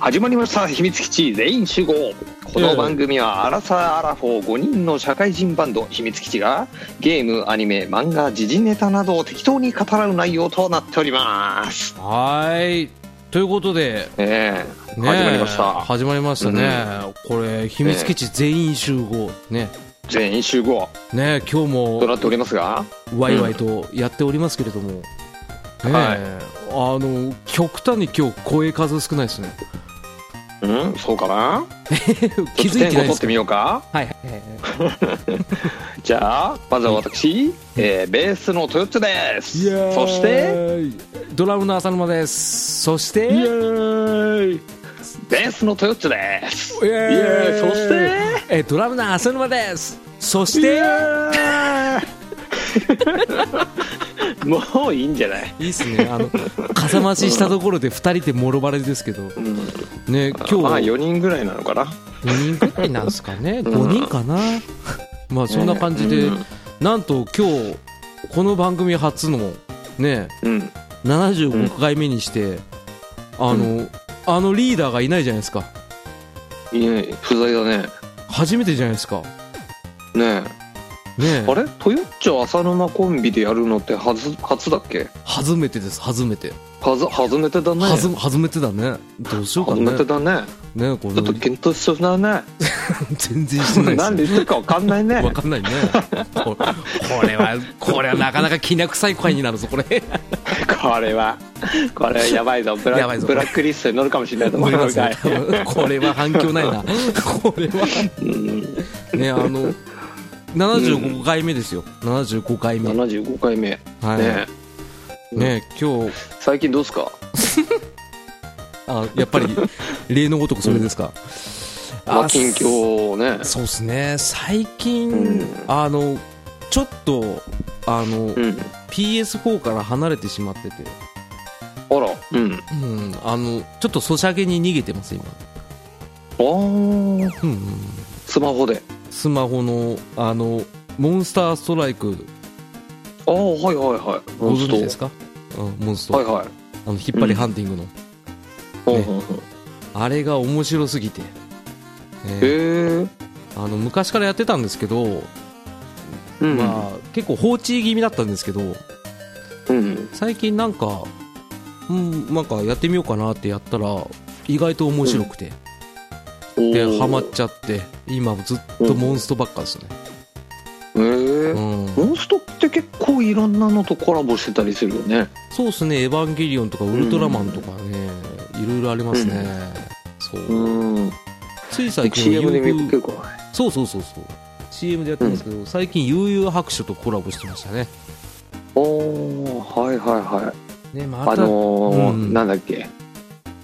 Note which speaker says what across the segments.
Speaker 1: 始まりました秘密基地全員集合この番組はアラサー・アラフォー5人の社会人バンド秘密基地がゲームアニメ漫画時事ネタなどを適当に語らう内容となっております
Speaker 2: はーいということで、
Speaker 1: ええ
Speaker 2: ね
Speaker 1: 始まりました
Speaker 2: 始まりましたね、これ秘密基地全員集合ね
Speaker 1: 全員集合
Speaker 2: ね今日
Speaker 1: と
Speaker 2: も
Speaker 1: なっておりますが
Speaker 2: ワイワイとやっておりますけれども、ね
Speaker 1: はい
Speaker 2: あの極端に今日声数少ないですね
Speaker 1: うんそうかな
Speaker 2: 気づい
Speaker 1: ちょ
Speaker 2: て
Speaker 1: っと点を
Speaker 2: ないで
Speaker 1: 取っ
Speaker 2: す
Speaker 1: て
Speaker 2: か
Speaker 1: みようか
Speaker 2: はいはいはい
Speaker 1: じゃあまずは私、えーベースのトヨッチョですそして
Speaker 2: ドラムの浅沼ですそして
Speaker 1: イエーイベースのトヨッチョです
Speaker 2: イエ
Speaker 1: イエーイそして
Speaker 2: えドラムの浅沼ですそして
Speaker 1: もういいんじゃない、
Speaker 2: いいっすねあのかさ増ししたところで2人でもろバレですけど
Speaker 1: うん、
Speaker 2: ね今日
Speaker 1: まあ
Speaker 2: は4
Speaker 1: 4人ぐらいなのかな
Speaker 2: 人くらいなんですかね5人かなまあそんな感じで
Speaker 1: うん
Speaker 2: なんと今日この番組初のね
Speaker 1: うん
Speaker 2: 75回目にしてあのあのリーダーがいないじゃないですか
Speaker 1: いえ不在だね
Speaker 2: 初めてじゃないですか
Speaker 1: ね
Speaker 2: ね
Speaker 1: えあれトヨッチョ浅沼コンビでやるのってはず初だっけ
Speaker 2: 初めてです初めて
Speaker 1: はず初めてだね
Speaker 2: はず初めてだねどうしようか
Speaker 1: 初
Speaker 2: ね
Speaker 1: めてだね
Speaker 2: ね
Speaker 1: ちょ
Speaker 2: こ
Speaker 1: っと
Speaker 2: の
Speaker 1: 検討しそうだね
Speaker 2: 全然してないです
Speaker 1: 何で言ってるか分かんないね
Speaker 2: わかんないね。ここれは、これはなかなかきな臭い回になるぞ、これ。
Speaker 1: これはこれはやばいぞブラ
Speaker 2: やばいぞ
Speaker 1: ブラックリストに乗るかもしれないと思いますが、
Speaker 2: これは反響ないな。これは、
Speaker 1: うん、
Speaker 2: ね、あの、75回目ですよ。75回目。は
Speaker 1: 75回目ね
Speaker 2: い。
Speaker 1: え
Speaker 2: ね、今日、
Speaker 1: 最近どうっすか
Speaker 2: あ、やっぱり、例のごとくそれですか。
Speaker 1: ま
Speaker 2: あ
Speaker 1: あ近況をね
Speaker 2: そうですね。最
Speaker 1: う
Speaker 2: 近
Speaker 1: ん、
Speaker 2: あの、ちょっと、あの
Speaker 1: う、ん
Speaker 2: PS4 から離れてしまってて、
Speaker 1: あらうん
Speaker 2: うん、あの、ちょっとソシャゲに逃げてます、今。
Speaker 1: ああ
Speaker 2: うんうん。
Speaker 1: スマホで
Speaker 2: スマホのあのモンスターストライク
Speaker 1: ああはいはいはい
Speaker 2: ご存知です
Speaker 1: か
Speaker 2: かうんモンスト、
Speaker 1: はいはい
Speaker 2: あの引っ張りハンティングの、
Speaker 1: うん
Speaker 2: ね
Speaker 1: うんうん
Speaker 2: あれが面白すぎて、
Speaker 1: へ
Speaker 2: ね
Speaker 1: え
Speaker 2: あの昔からやってたんですけど、
Speaker 1: うん
Speaker 2: まあ、結構放置気味だったんですけど
Speaker 1: うん
Speaker 2: 最近なんか、うん、なんかやってみようかなってやったら意外と面白くて、でハマっちゃって今ずっとモンストばっかですね、
Speaker 1: へえ
Speaker 2: うん
Speaker 1: モンストって結構いろんなのとコラボしてたりするよね
Speaker 2: そうですね「エヴァンゲリオン」とか「ウルトラマン」とかね、いろいろありますね、そう、
Speaker 1: うん
Speaker 2: つい最近
Speaker 1: CM で見
Speaker 2: 悠
Speaker 1: る
Speaker 2: 々
Speaker 1: 構
Speaker 2: そうそうそうそう CM でやってますけど、最近悠々白書とコラボしてましたね
Speaker 1: おーはいはいはい
Speaker 2: ねまた
Speaker 1: あのー
Speaker 2: うん
Speaker 1: なんだっけ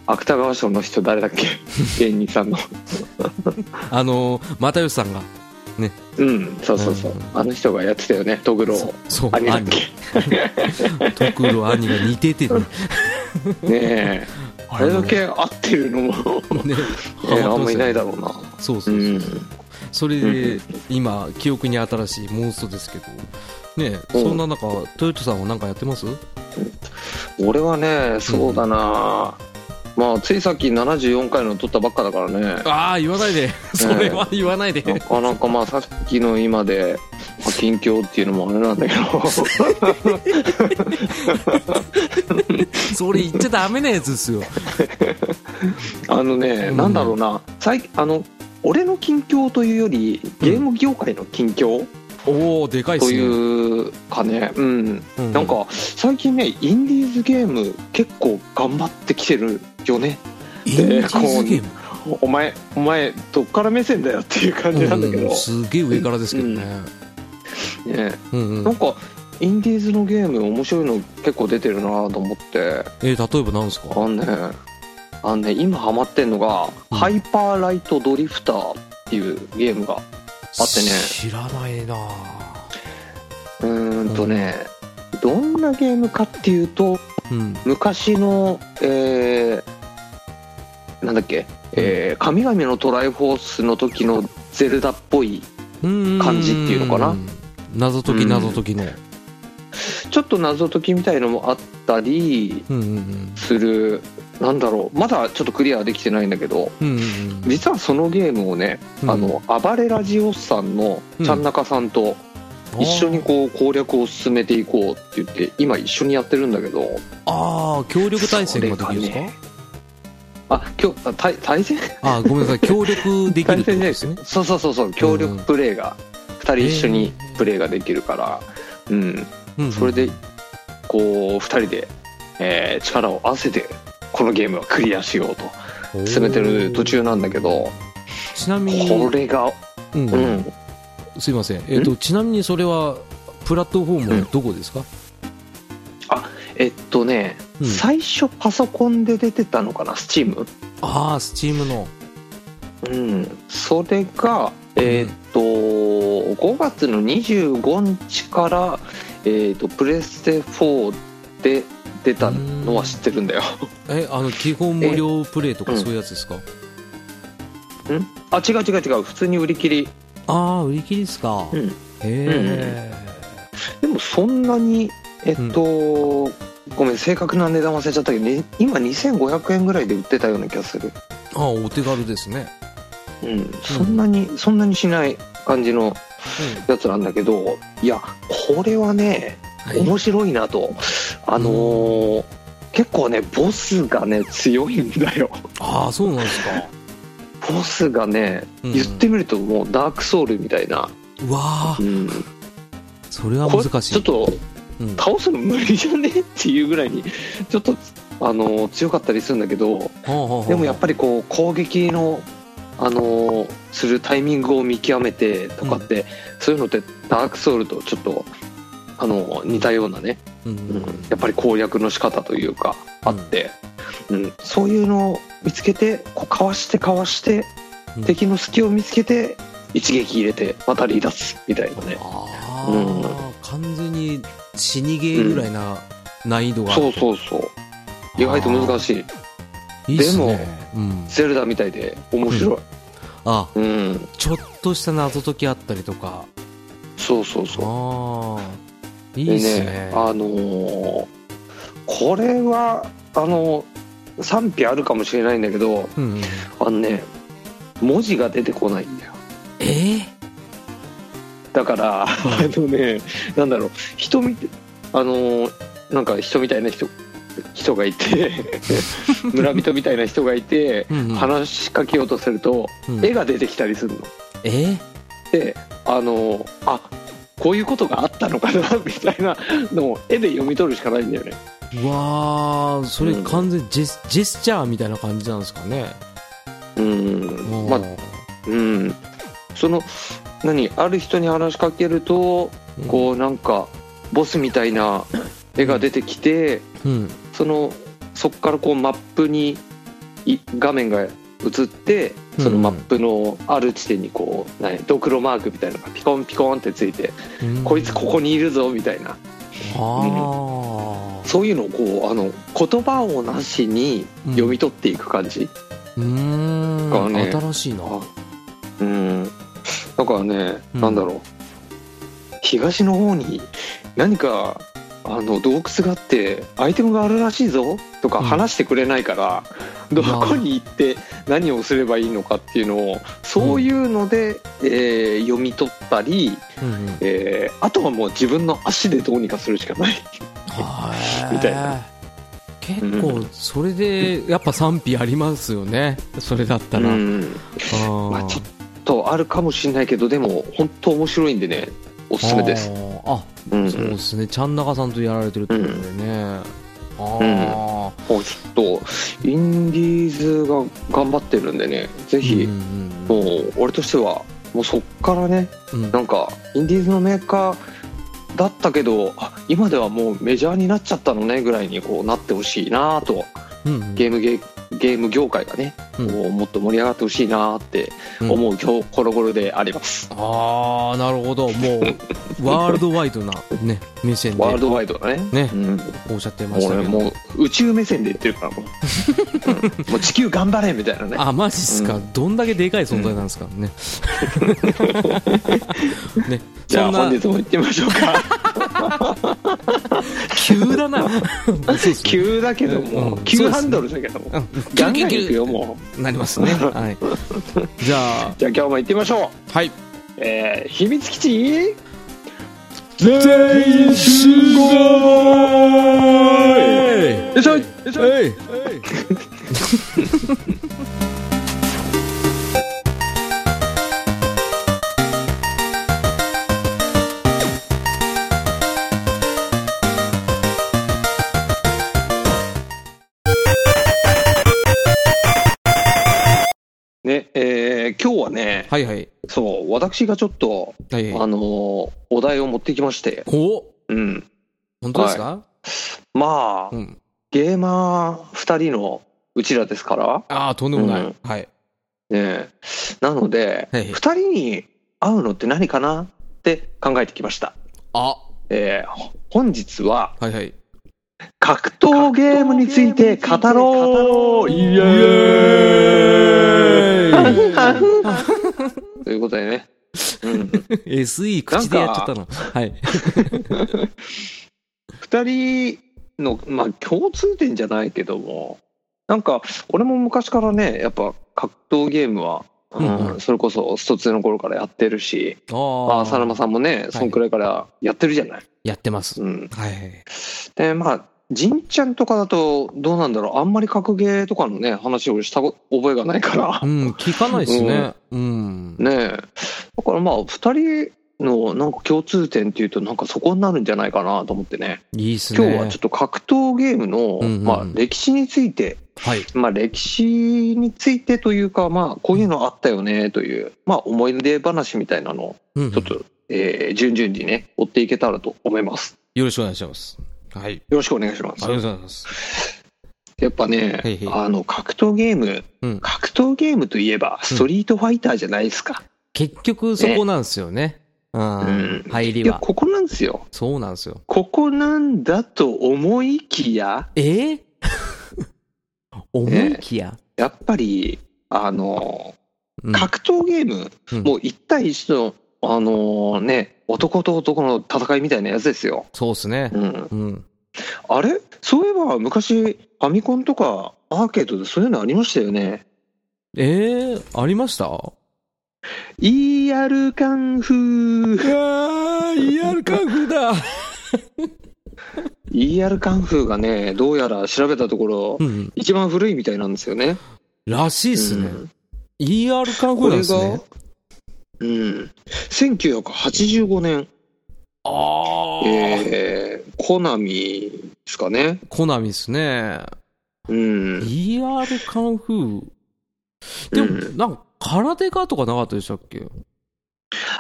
Speaker 1: 芥川賞の人誰だっ け芸人さんの
Speaker 2: あの又吉さんが
Speaker 1: うんそうそうそう
Speaker 2: うん
Speaker 1: あの人がやってたよねトグロ
Speaker 2: そそう
Speaker 1: 兄だっ
Speaker 2: 兄
Speaker 1: け
Speaker 2: 徳郎兄が似ててね
Speaker 1: ねえ あれだけ合ってるのも
Speaker 2: あのね
Speaker 1: ねあんまいない
Speaker 2: だ
Speaker 1: だろうな
Speaker 2: そう
Speaker 1: う
Speaker 2: そうそう、
Speaker 1: ん
Speaker 2: それで今記憶に新しいモンストですけどねそんな中トヨタさんは何かやってます
Speaker 1: 俺はねそうだな、まあついさっき74回の撮ったばっかだからね
Speaker 2: ああ言わないでそれは言わないで、
Speaker 1: なかなかまあさっきの今で、まあ、近況っていうのもあれなんだけ ど
Speaker 2: それ言っちゃダメなやつですよ
Speaker 1: あのね、
Speaker 2: うん
Speaker 1: なんだろうな最近あの俺の近況というよりゲーム業界の近況
Speaker 2: おおでかいっ
Speaker 1: と
Speaker 2: すね
Speaker 1: いうかね、うん、
Speaker 2: うん
Speaker 1: なんか最近ねインディーズゲーム結構頑張ってきてるよね
Speaker 2: インディーズゲーム
Speaker 1: お前お前どっから目線だよっていう感じなんだけど、
Speaker 2: うすげえ上からですけどね、
Speaker 1: ね
Speaker 2: うんう
Speaker 1: なん
Speaker 2: ん、
Speaker 1: かインディーズのゲーム面白いの結構出てるなと思って
Speaker 2: え例えばなんですか
Speaker 1: あのねあのね今ハマってんのが、
Speaker 2: うん
Speaker 1: ハイパーライトドリフター」っていうゲームがあってね
Speaker 2: 知らないな
Speaker 1: うーんとね、どんなゲームかっていうと
Speaker 2: うん
Speaker 1: 昔のえーなんだっけ、えー神々のトライフォースの時のゼルダっぽい
Speaker 2: うん
Speaker 1: 感じっていうのかな
Speaker 2: 謎解き謎解きの
Speaker 1: ちょっと謎解きみたいのもあったり
Speaker 2: うんうんうん
Speaker 1: するなんだろうまだちょっとクリアできてないんだけど
Speaker 2: うんうん
Speaker 1: 実はそのゲームをね、
Speaker 2: うん
Speaker 1: あの暴れラジオスさんのちゃん中さんと一緒にこう攻略を進めていこうって言って今一緒にやってるんだけど
Speaker 2: あーあー協力対戦ができるんです
Speaker 1: そ
Speaker 2: か、
Speaker 1: れがねあ今日あ対対戦
Speaker 2: あーごめんなさい協力できるってことですね
Speaker 1: そうそうそうそう協力プレイが、二2人一緒にプレイができるから、うん、
Speaker 2: うんう ん
Speaker 1: それでこう2人で、えー力を合わせてこのゲームはクリアしようと進めてる途中なんだけど
Speaker 2: ちなみに
Speaker 1: これが、
Speaker 2: うん
Speaker 1: うん、
Speaker 2: すいません、えっとちなみにそれはプラットフォームはどこですか、
Speaker 1: えっとね、
Speaker 2: うん
Speaker 1: 最初パソコンで出てたのかな Steam、
Speaker 2: ああスチームの
Speaker 1: うん、それがえーっと5月の25日から、えーっとプレステ4で出たのは知ってるんだよ
Speaker 2: えあの基本無料プレイとかそういうやつですか、
Speaker 1: あ違う違う違う普通に売り切り
Speaker 2: ああ売り切りですか、
Speaker 1: うん
Speaker 2: へえ、
Speaker 1: でもそんなにえっと、ごめん正確な値段忘れちゃったけど、ね、今2500円ぐらいで売ってたような気がする
Speaker 2: ああお手軽ですね、
Speaker 1: うんそんなに、そんなにしない感じのやつなんだけどいやこれはね
Speaker 2: うんはい
Speaker 1: 面白いなとあのー結構ねボスがね強いんだよ
Speaker 2: ああそうなんですか、
Speaker 1: ボスがね
Speaker 2: うん
Speaker 1: 言ってみるともうダークソウルみたいな、
Speaker 2: うわあ
Speaker 1: うん、
Speaker 2: それは
Speaker 1: これ
Speaker 2: 難しい
Speaker 1: ちょっと
Speaker 2: うん
Speaker 1: 倒すの無理じゃねっていうぐらいにちょっとあの強かったりするんだけど
Speaker 2: ほうほうほう
Speaker 1: でもやっぱりこう攻撃のあのするタイミングを見極めてとかって、そういうのってダークソウルとちょっとあの似たようなね、
Speaker 2: うん
Speaker 1: うんやっぱり攻略の仕方というかあって、うん、そういうのを見つけてこうかわしてかわして、
Speaker 2: うん
Speaker 1: 敵の隙を見つけて一撃入れてまた離脱みたいなね
Speaker 2: ああ、完全に死にゲーぐらいな難易度があって、
Speaker 1: そうそうそう意外と難しい
Speaker 2: いいっすね
Speaker 1: で
Speaker 2: うん、
Speaker 1: ゼルダみたいで面白い、
Speaker 2: あ
Speaker 1: うん
Speaker 2: ちょっとした謎解きあったりとか
Speaker 1: そうそうそう
Speaker 2: ああい
Speaker 1: で
Speaker 2: いっすね
Speaker 1: あのーこれはあのー賛否あるかもしれないんだけど
Speaker 2: うんうん、
Speaker 1: あのね文字が出てこないんだよ
Speaker 2: えー、
Speaker 1: だからあのねなんだろう人見てあのーなんか人みたいな人人がい て村人みたいな人がいて
Speaker 2: うんうん
Speaker 1: 話しかけようとすると
Speaker 2: うん
Speaker 1: 絵が出てきたりするの
Speaker 2: えー
Speaker 1: であのあこういうことがあったのかな みたいなのを絵で読み取るしかないんだよね
Speaker 2: うわーそれ
Speaker 1: うん
Speaker 2: 完全にジェス,、ジェスチャーみたいな感じなんですかね
Speaker 1: うんまあうんその何ある人に話しかけるとこうなんかボスみたいな絵が出てきて
Speaker 2: うん、うん
Speaker 1: そのそっからこうマップにい画面が映ってそのマップのある地点にこう何ドクロマークみたいなのがピコンピコンってついて
Speaker 2: うん
Speaker 1: こいつここにいるぞみたいな
Speaker 2: ああ
Speaker 1: そういうのをこうあの言葉をなしに読み取っていく感じ、
Speaker 2: うーん、
Speaker 1: がね
Speaker 2: 新しいな
Speaker 1: あうん、だからね、
Speaker 2: うん
Speaker 1: なんだろう東の方に何かあの洞窟があってアイテムがあるらしいぞとか
Speaker 2: うん
Speaker 1: 話してくれないから、どこに行って何をすればいいのかっていうのをそういうので、えー読み取ったり、
Speaker 2: うん うん
Speaker 1: えーあとはもう自分の足でどうにかするしかない。
Speaker 2: はい
Speaker 1: みたいな
Speaker 2: 結構それでやっぱ賛否ありますよねそれだったら、
Speaker 1: うん
Speaker 2: ー
Speaker 1: まあ、ちょっとあるかもしれないけどでも本当面白いんでねおすすめです、
Speaker 2: あーあ
Speaker 1: うんうん
Speaker 2: そうですねちゃん中さんとやられてるってことでね、ああ
Speaker 1: もうちょっとインディーズが頑張ってるんでねぜ
Speaker 2: うんう
Speaker 1: ひ、
Speaker 2: ん
Speaker 1: もう俺としてはもうそっからね
Speaker 2: うんうん
Speaker 1: なんかインディーズのメーカーだったけどあ今ではもうメジャーになっちゃったのねぐらいにこうなってほしいなと
Speaker 2: うんうん
Speaker 1: ゲームゲゲーム業界がね、
Speaker 2: うん
Speaker 1: こうもっと盛り上がってほしいなって思う今日この頃であります、
Speaker 2: ああなるほども うワールドワイドなね目線で
Speaker 1: ワールドワイドだね
Speaker 2: ね
Speaker 1: うん
Speaker 2: おっしゃってま
Speaker 1: も
Speaker 2: し
Speaker 1: う
Speaker 2: たけ
Speaker 1: 俺
Speaker 2: ど
Speaker 1: もう宇宙目線で言ってる からもう,うん、もう地球頑張れみたいなね
Speaker 2: あマジっすか、
Speaker 1: う
Speaker 2: どんだけでかい存在なんですか ね、ね
Speaker 1: じゃあ
Speaker 2: そんな
Speaker 1: 本日も行ってみましょうか
Speaker 2: 急だなそうっすね
Speaker 1: 急だけども、
Speaker 2: うん
Speaker 1: 急ハンドルだけども、
Speaker 2: うん
Speaker 1: ガンガンいくよもう
Speaker 2: なりますねはいじゃあ
Speaker 1: じゃあ今日も行ってみましょ
Speaker 2: はい。
Speaker 1: う、えー、秘密基地
Speaker 2: 全員集合
Speaker 1: よいしょよいしょ
Speaker 2: えい
Speaker 1: ねえー、今日はね
Speaker 2: はいはい。
Speaker 1: そう私がちょっと、
Speaker 2: はい
Speaker 1: あ
Speaker 2: はい。
Speaker 1: のーお題を持ってきまして
Speaker 2: お
Speaker 1: うん
Speaker 2: 本当ですか、
Speaker 1: まあ、
Speaker 2: うん。
Speaker 1: ゲーマー2人のうちらですから
Speaker 2: ああ、とんでもない。
Speaker 1: うん
Speaker 2: はい。
Speaker 1: ねなので、
Speaker 2: はい
Speaker 1: 二人に会うのって何かなって考えてきました。
Speaker 2: あ、
Speaker 1: えーほ本日は
Speaker 2: はい はい。
Speaker 1: 格闘ゲームについて語ろうイエー イということでね。うん、
Speaker 2: SE 口でやっちゃったの。はい。
Speaker 1: 二人の、まあ、共通点じゃないけども、なんか、俺も昔からね、やっぱ格闘ゲームは、
Speaker 2: うんう
Speaker 1: うん、それこそスト2の頃からやってるし、
Speaker 2: あ
Speaker 1: ま
Speaker 2: あ、
Speaker 1: あ、さらまさんもね、そんくらいからやってるじゃない。
Speaker 2: やってます。
Speaker 1: うん。
Speaker 2: はいはい。
Speaker 1: で、まあ、じんちゃんとかだと、どうなんだろう。あんまり格ゲーとかのね、話をしたこ覚えがないから
Speaker 2: う。ん、聞かないですね。うん。
Speaker 1: ねえ。だからまあ、二人のなんか共通点っていうと、なんかそこになるんじゃないかなと思ってね。
Speaker 2: いいっすね。
Speaker 1: 今日はちょっと格闘ゲームの、
Speaker 2: うんうんうん
Speaker 1: まあ、歴史について、
Speaker 2: はい。
Speaker 1: まあ、歴史についてというか、まあ、こういうのあったよね、という、まあ、思い出話みたいなのを、
Speaker 2: うんうん
Speaker 1: ちょっと、えー順々にね、追っていけたらと思います。
Speaker 2: よろしくお願いします。はい。
Speaker 1: よろしくお願いしま
Speaker 2: ありが
Speaker 1: す
Speaker 2: とう。ございます。
Speaker 1: やっぱね
Speaker 2: はい、はい
Speaker 1: あの格闘ゲーム、
Speaker 2: うん
Speaker 1: 格闘ゲームといえば、ストリートファイターじゃないですか。
Speaker 2: 結局そこなんですよね。うん
Speaker 1: ん。
Speaker 2: 入り
Speaker 1: いや、
Speaker 2: は。
Speaker 1: ここなんですよ。
Speaker 2: そうなんですよ。
Speaker 1: ここなんだと思いきや、
Speaker 2: え ー思いきや。
Speaker 1: やっぱり、あの、
Speaker 2: うん
Speaker 1: 格闘ゲーム、
Speaker 2: うん
Speaker 1: もう1対1の、あのね、男と男の戦いみたいなやつですよ。
Speaker 2: そうっすね
Speaker 1: う。ん。
Speaker 2: うん。
Speaker 1: あれそういえば、昔、ファミコンとか、アーケードでそういうのありましたよね。
Speaker 2: えー、ありました
Speaker 1: ER カンフー。
Speaker 2: ああ、ER カンフーだ。
Speaker 1: ER カンフーがね、どうやら調べたところ
Speaker 2: う、ん。
Speaker 1: 一番古いみたいなんですよね。
Speaker 2: らしいっすね。
Speaker 1: うん
Speaker 2: ER カン
Speaker 1: こ
Speaker 2: フーなん
Speaker 1: れ
Speaker 2: ですね
Speaker 1: が。、うん、1985年、
Speaker 2: ああ、
Speaker 1: えー、コナミですかね。
Speaker 2: コナミっすね。
Speaker 1: うん。
Speaker 2: ER カンフー。でも、
Speaker 1: うん
Speaker 2: なんか、空手家とかなかったでしたっけ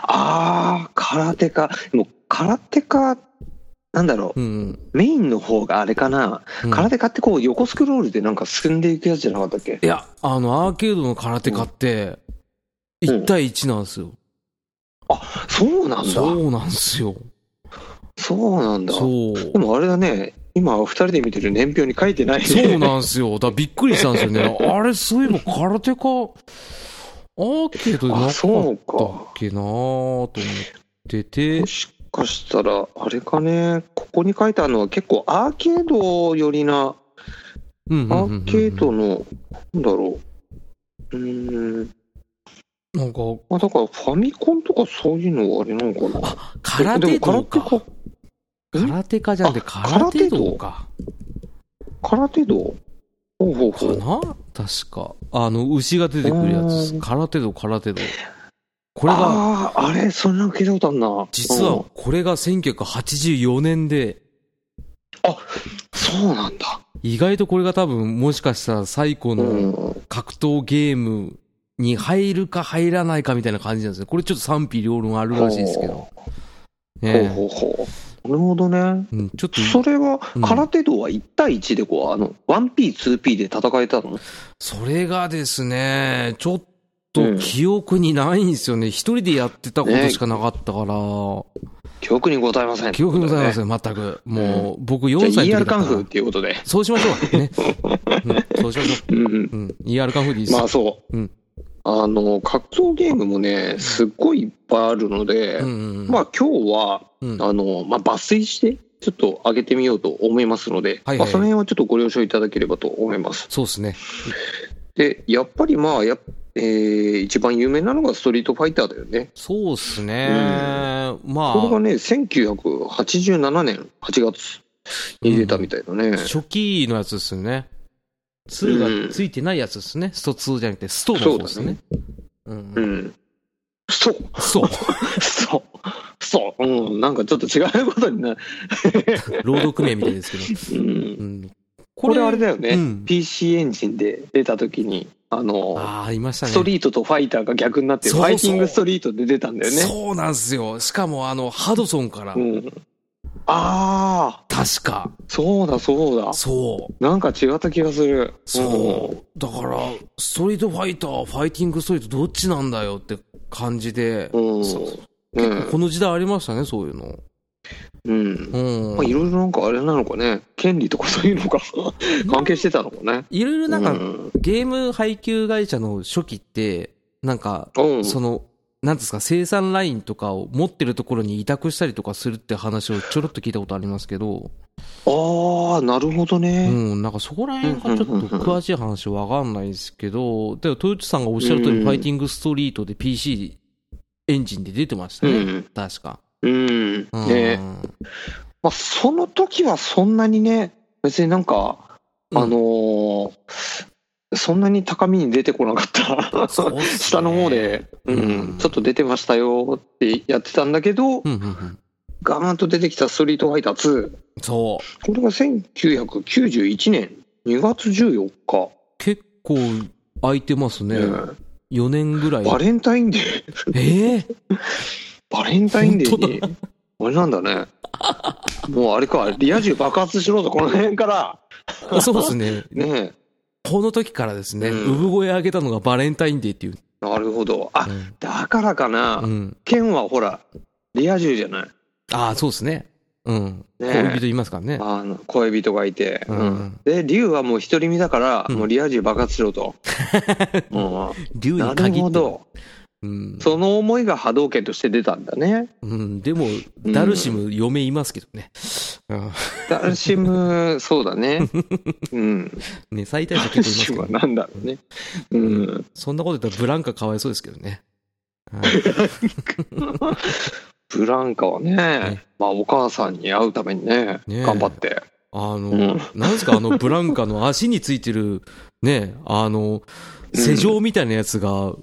Speaker 1: あー、空手家。でも空手家、なんだろ
Speaker 2: うん。
Speaker 1: う、メインの方があれかな。
Speaker 2: うん
Speaker 1: 空手家ってこう横スクロールでなんか進んでいくやつじゃなかったっけ
Speaker 2: いや、あの、アーケードの空手家って、
Speaker 1: うん
Speaker 2: 1対1なんですよ。
Speaker 1: そうなんだ。
Speaker 2: そ
Speaker 1: そう
Speaker 2: うなんですよ。
Speaker 1: なんだ。
Speaker 2: そう。
Speaker 1: でもあれだね、今二人で見てる年表に書いてないね。
Speaker 2: そうなんですよ。だからびっくりしたんですよ ね。あれ、そういえば空手家、アーケードでなか
Speaker 1: あ、
Speaker 2: っ
Speaker 1: そう
Speaker 2: た
Speaker 1: か。
Speaker 2: っけなーと思ってて
Speaker 1: も、しかしたら、あれかね、ここに書いてあるのは結構アーケードよりな、
Speaker 2: うんうん
Speaker 1: ア
Speaker 2: うんうん
Speaker 1: ーケードの、なんだろう。うーん。
Speaker 2: なんか、
Speaker 1: まあだからファミコンとかそういうのはあれなのかな。
Speaker 2: 空手道
Speaker 1: でも空手
Speaker 2: か。
Speaker 1: 家
Speaker 2: 空手家じゃなくて
Speaker 1: あ空
Speaker 2: 空
Speaker 1: 手
Speaker 2: 手
Speaker 1: 道
Speaker 2: 道か。
Speaker 1: 空手道ほうほう
Speaker 2: か
Speaker 1: ほう。
Speaker 2: な確か。あの、牛が出てくるやつです
Speaker 1: う。ん
Speaker 2: 空手道、空手道。これが、
Speaker 1: ああ、あれ、そんなの聞いたことあるな。
Speaker 2: 実
Speaker 1: う
Speaker 2: は
Speaker 1: ん
Speaker 2: これが1984年で、
Speaker 1: そうなんだ。
Speaker 2: 意外とこれが多分もしかしたら最古
Speaker 1: う
Speaker 2: の
Speaker 1: ん。
Speaker 2: 格闘ゲームに入るか入らないかみたいな感じなんですね。これちょっと賛否両論あるらしいですけど。
Speaker 1: ほう
Speaker 2: ね
Speaker 1: ほうほう。なるほどね。
Speaker 2: えうん、ちょっと、
Speaker 1: それは
Speaker 2: うん、
Speaker 1: 空手道は1対1でこう、あの、1P、2P で戦えたの
Speaker 2: それがですね、ちょっと記憶にないんですよね。一人でやってたことしかなかったから。
Speaker 1: 記憶にございません。
Speaker 2: 記憶にございません、全く。もう、僕4
Speaker 1: じゃあ
Speaker 2: 歳の
Speaker 1: ER
Speaker 2: 時だ
Speaker 1: カン
Speaker 2: ったか
Speaker 1: フー
Speaker 2: ら
Speaker 1: っ。ていうことで。
Speaker 2: そうしましょう。ね。うん、そうしましょ
Speaker 1: うんうん
Speaker 2: う。うん。ER カンフーでいいです。
Speaker 1: まあそう。
Speaker 2: うん
Speaker 1: あの、格闘ゲームもね、すっごいいっぱいあるので、
Speaker 2: うんうんうん。
Speaker 1: まあ今日は、
Speaker 2: うん
Speaker 1: あの、まあ、抜粋して、ちょっと上げてみようと思いますので、
Speaker 2: はいはい
Speaker 1: まあ、その辺はちょっとご了承いただければと思います。
Speaker 2: そうですね
Speaker 1: で、やっぱりまあ、やっえー一番有名なのがストリートファイターだよね。
Speaker 2: そうですね、ま
Speaker 1: これが
Speaker 2: あ
Speaker 1: ね、1987年8月に出たみたいだね。
Speaker 2: 初期のやつですよね2がついてないやつですね、スト2じゃなくてストの方ですねうん
Speaker 1: う
Speaker 2: うん
Speaker 1: ん。そう、
Speaker 2: そう
Speaker 1: そう、そう、うん、なんかちょっと違うことになる。
Speaker 2: 朗読名みたいですけど、
Speaker 1: うん、
Speaker 2: うん、
Speaker 1: これあれだよね、
Speaker 2: うん
Speaker 1: PC エンジンで出た時に、あの、
Speaker 2: ああいましたね
Speaker 1: ストリートとファイターが逆になってる
Speaker 2: そうそう
Speaker 1: ファイティングストリートで出たんだよね。
Speaker 2: そうなんですよしかもあのハドソンから、
Speaker 1: うん、ああ、
Speaker 2: 確か
Speaker 1: そうだそうだ。
Speaker 2: そう
Speaker 1: なんか違った気がする。
Speaker 2: そう。だから、ストリートファイター、ファイティングストリート、どっちなんだよって感じで、
Speaker 1: うん。
Speaker 2: そう
Speaker 1: う
Speaker 2: この時代ありましたね、そういうの。
Speaker 1: ん。うん。
Speaker 2: うん。
Speaker 1: まあ、いろいろなんかあれなのかね。権利とかそういうのか 関係してたのかね。
Speaker 2: いろいろなんか、
Speaker 1: うん
Speaker 2: ゲーム配給会社の初期って、なんか、
Speaker 1: うん。
Speaker 2: その、なんですか、生産ラインとかを持ってるところに委託したりとかするって話をちょろっと聞いたことありますけど、
Speaker 1: ああ、なるほど
Speaker 2: う
Speaker 1: ね。
Speaker 2: ん、なんかそこら辺がちょっと詳しい話わかんないですけど、でも、豊内さんがおっしゃる通り、
Speaker 1: うん
Speaker 2: ファイティングストリートで PC エンジンで出てました
Speaker 1: う
Speaker 2: ね。
Speaker 1: ん。
Speaker 2: 確か。
Speaker 1: うん。ねまあ、その時はそんなにね、別になんか、
Speaker 2: うん
Speaker 1: あのーそんなに高みに出てこなかった。
Speaker 2: そうっすね
Speaker 1: 下の方で、うん、
Speaker 2: うん
Speaker 1: ちょっと出てましたよってやってたんだけど、
Speaker 2: うんうんうん。
Speaker 1: ガーンと出てきたストリートファイター2。
Speaker 2: そう。
Speaker 1: これが1991年2月14日。
Speaker 2: 結構空いてますね。
Speaker 1: うん
Speaker 2: 4年ぐらい。
Speaker 1: バレンタインデー、
Speaker 2: ええ
Speaker 1: バレンタインデーに
Speaker 2: 本、
Speaker 1: あれなんだね。もうあれか、リア充爆発しろと、この辺から。
Speaker 2: そうですね。
Speaker 1: ね
Speaker 2: この時からですね、
Speaker 1: うん
Speaker 2: 産声上げたのがバレンタインデーっていう。
Speaker 1: え。なるほど。あ
Speaker 2: う、ん。
Speaker 1: だからかな。
Speaker 2: うん、
Speaker 1: ケンはほら、リア充じゃない。
Speaker 2: ああ、そうですね。うん。
Speaker 1: ねえ
Speaker 2: 恋人いますからね。
Speaker 1: あの恋人がいて。
Speaker 2: うん
Speaker 1: うんで、リュウはもう独り身だから、
Speaker 2: うん
Speaker 1: もうリア充爆発しろ と。う
Speaker 2: 竜
Speaker 1: ん、な
Speaker 2: に
Speaker 1: る
Speaker 2: 限
Speaker 1: ほ
Speaker 2: って。
Speaker 1: ど。
Speaker 2: うん。
Speaker 1: その思いが波動拳として出たんだね。
Speaker 2: うん。でも、ダルシム嫁いますけどね。うん。
Speaker 1: ダルシム、そうだ ね。うん。
Speaker 2: ね、最大
Speaker 1: ダ
Speaker 2: 者
Speaker 1: ル
Speaker 2: 結
Speaker 1: シ
Speaker 2: 構い
Speaker 1: ムは
Speaker 2: ますけど。
Speaker 1: なんだろうね。うん。
Speaker 2: そんなこと言ったらブランカかわいそうですけどね。はい
Speaker 1: ブランカはね、まあお母さんに会うためにね、
Speaker 2: ねえ
Speaker 1: 頑張って。
Speaker 2: あの、
Speaker 1: うん
Speaker 2: なんですか、あのブランカの足についてる、ね、あの、
Speaker 1: うん
Speaker 2: 施錠みたいなやつが、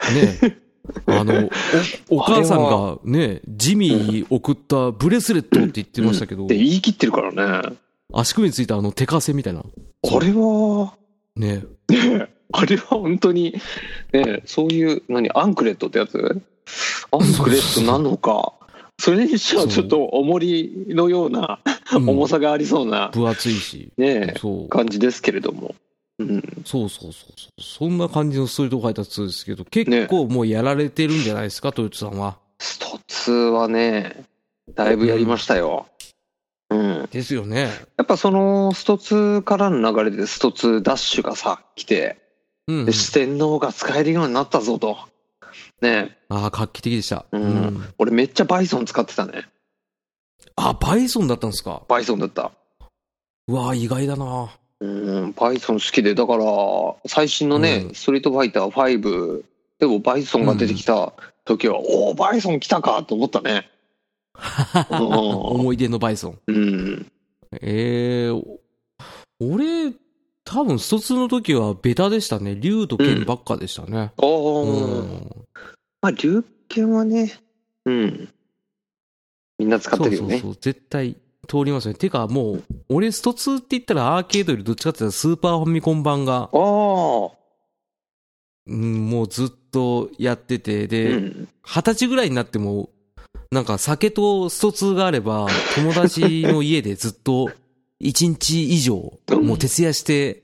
Speaker 2: ね、あの、お、お母さんがね、ジミーに送ったブレスレットって言ってましたけど、
Speaker 1: で、言い切ってるからね。
Speaker 2: 足首についたあの手かせみたいな。
Speaker 1: あれは、
Speaker 2: ね、
Speaker 1: あれは本当に、ね、そういう、何、アンクレットってやつアンクレットなのか。それにしてはちょっと重りのような、
Speaker 2: うん
Speaker 1: 重さがありそうな、
Speaker 2: 分厚いし、
Speaker 1: ね、
Speaker 2: そう、
Speaker 1: 感じですけれども。うん。
Speaker 2: そうそうそうそう、そんな感じのストリートファイター2ですけど、結構もうやられてるんじゃないですか、トヨタさんは。
Speaker 1: ストツーはね、だいぶやりましたよ。うん。や
Speaker 2: ですよね。
Speaker 1: っぱその、ストツーからの流れでストツーダッシュがさ、来て、
Speaker 2: うん
Speaker 1: で、。四天王が使えるようになったぞと。ね
Speaker 2: ああ、画期的でした。
Speaker 1: うん
Speaker 2: うん。
Speaker 1: 俺めっちゃバイソン使ってたね。
Speaker 2: あ、バイソンだったんですか。
Speaker 1: バイソンだった。
Speaker 2: うわー意外だな
Speaker 1: うん、バイソン好きで、だから、最新のね、
Speaker 2: うん
Speaker 1: ストリートファイター5でもバイソンが出てきた時は、おお、バイソン来たかと思った ね。
Speaker 2: 思い出のバイソン。
Speaker 1: うん、
Speaker 2: ええお俺、多分、スト2の時はベタでしたね。竜と剣ばっかでしたね。
Speaker 1: ああ、
Speaker 2: うん。
Speaker 1: まあ、龍拳はね、うん。みんな使っ
Speaker 2: そ
Speaker 1: てる
Speaker 2: う
Speaker 1: よ
Speaker 2: そう
Speaker 1: ね。
Speaker 2: そう。絶対通りますね。てか、もう、俺、スト2って言ったらアーケードよりどっちかって言ったらスーパーファミコン版が、うん、もうずっとやってて、
Speaker 1: ああ、
Speaker 2: で、
Speaker 1: うん。
Speaker 2: 二十歳ぐらいになっても、なんか酒とスト2があれば、友達の家でずっと一日以上、もう徹夜して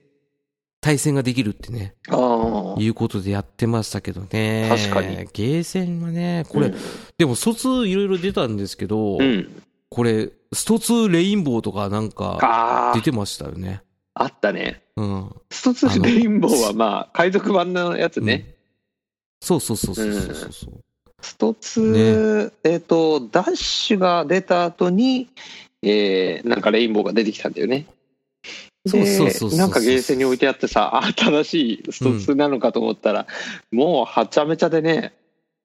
Speaker 2: 対戦ができるってね、
Speaker 1: ああ。
Speaker 2: いうことでやってましたけどね。
Speaker 1: 確かに。
Speaker 2: ゲーセンはね、これ、
Speaker 1: うん
Speaker 2: でもスト2いろいろ出たんですけど、
Speaker 1: うん。
Speaker 2: これ、スト2レインボーとかなんか
Speaker 1: あ
Speaker 2: 出てましたよね。
Speaker 1: あ、あったね。
Speaker 2: うん。
Speaker 1: ストツーレインボーはまあ、海賊版のやつね。
Speaker 2: うん。そうそうそうそうそうそう。
Speaker 1: スト2、えっ、と、ダッシュが出た後に、えー、なんかレインボーが出てきたんだよね。
Speaker 2: そう
Speaker 1: で
Speaker 2: そうそうそう
Speaker 1: なんかゲーセンに置いてあってさ、あ新しいスト2なのかと思ったら、もうはちゃめちゃでね、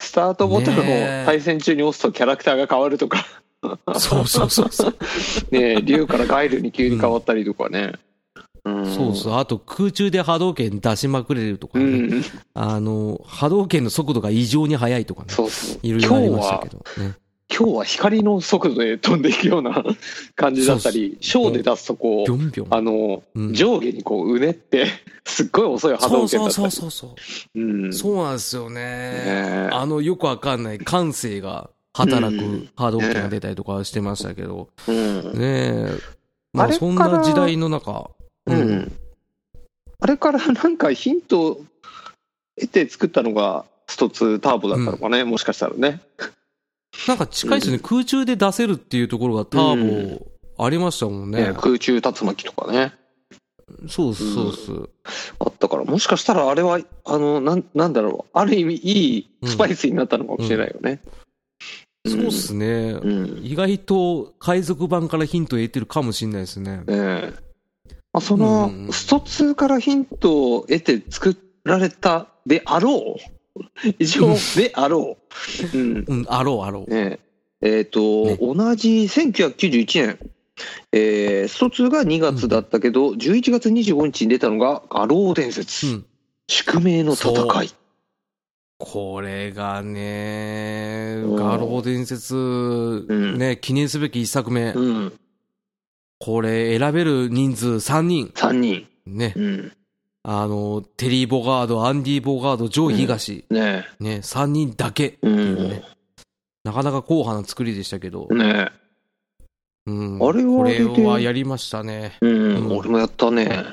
Speaker 1: スタートボタンを
Speaker 2: ねえ
Speaker 1: 対戦中に押すとキャラクターが変わると か、
Speaker 2: そうそうそうそう。
Speaker 1: ねえ、竜からガイルに急に変わったりとかね。うん
Speaker 2: そうそう。あと空中で波動拳出しまくれるとか
Speaker 1: う
Speaker 2: ね、
Speaker 1: ん、
Speaker 2: あの、波動拳の速度が異常に速いとかね。
Speaker 1: そうそう。
Speaker 2: い
Speaker 1: 今
Speaker 2: ろい
Speaker 1: 日
Speaker 2: ろありました
Speaker 1: は
Speaker 2: け、どね。
Speaker 1: 今日は光の速度で飛んでいくような感じだったり、ショーで出すとこ
Speaker 2: ぴょ
Speaker 1: う、
Speaker 2: んぴょん。
Speaker 1: あの、
Speaker 2: うん
Speaker 1: 上下にこううねって、 すっごい遅い波
Speaker 2: そう
Speaker 1: 動拳
Speaker 2: そ
Speaker 1: だ
Speaker 2: う
Speaker 1: った
Speaker 2: そ
Speaker 1: り。
Speaker 2: うそうそう。
Speaker 1: うん
Speaker 2: そうなんですよ
Speaker 1: ね
Speaker 2: ね
Speaker 1: え。
Speaker 2: あの、よくわかんない感性が働
Speaker 1: う
Speaker 2: く
Speaker 1: ん
Speaker 2: 波動拳が出たりとかしてましたけど。
Speaker 1: うん
Speaker 2: ねえ。
Speaker 1: あ
Speaker 2: まあ、
Speaker 1: れか
Speaker 2: そ
Speaker 1: ら
Speaker 2: んな時代の中。
Speaker 1: う。んあれからなんかヒントを得て作ったのが、ストツーターボだったのかね、もしかしたらね。
Speaker 2: なんか近いですよね。空中で出せるっていうところがターボありましたもん
Speaker 1: ね
Speaker 2: ね。
Speaker 1: 空中竜巻とかね。
Speaker 2: そうっす、そうっす。
Speaker 1: あったから、もしかしたらあれは、あの、なんなんだろう、ある意味いいスパイスになったのかもしれないよね。
Speaker 2: そうっすね。
Speaker 1: うん。ね
Speaker 2: 意外と海賊版からヒントを得てるかもしれないですね。
Speaker 1: えまあ、そ
Speaker 2: うん
Speaker 1: の
Speaker 2: うんう、ん
Speaker 1: スト2からヒントを得て作られたであろう。一応、であろう。うん。ね
Speaker 2: うん、あろうあろう。
Speaker 1: ええっ、と、
Speaker 2: ね
Speaker 1: 同じ1991年、えー、スト2が2月だったけど、11月25日に出たのが、画廊伝説、
Speaker 2: うん。
Speaker 1: 宿命の戦
Speaker 2: そう
Speaker 1: い。
Speaker 2: これがね、
Speaker 1: うん
Speaker 2: 画廊伝説、
Speaker 1: ん
Speaker 2: ね、記念すべき一作目。
Speaker 1: うん。
Speaker 2: これ、選べる人数3人。
Speaker 1: 3人。
Speaker 2: ね
Speaker 1: う。ん。
Speaker 2: あの、テリー・ボガード、アンディ・ボガード、ジョー・東。
Speaker 1: ね
Speaker 2: ね、3人だけって
Speaker 1: え。う
Speaker 2: いうね。
Speaker 1: ん。
Speaker 2: なかなか硬派な作りでしたけど。
Speaker 1: ねえ。
Speaker 2: うん。
Speaker 1: あれは
Speaker 2: これ
Speaker 1: 出て
Speaker 2: はやりましたね。
Speaker 1: うん、
Speaker 2: うん
Speaker 1: 俺もやったね。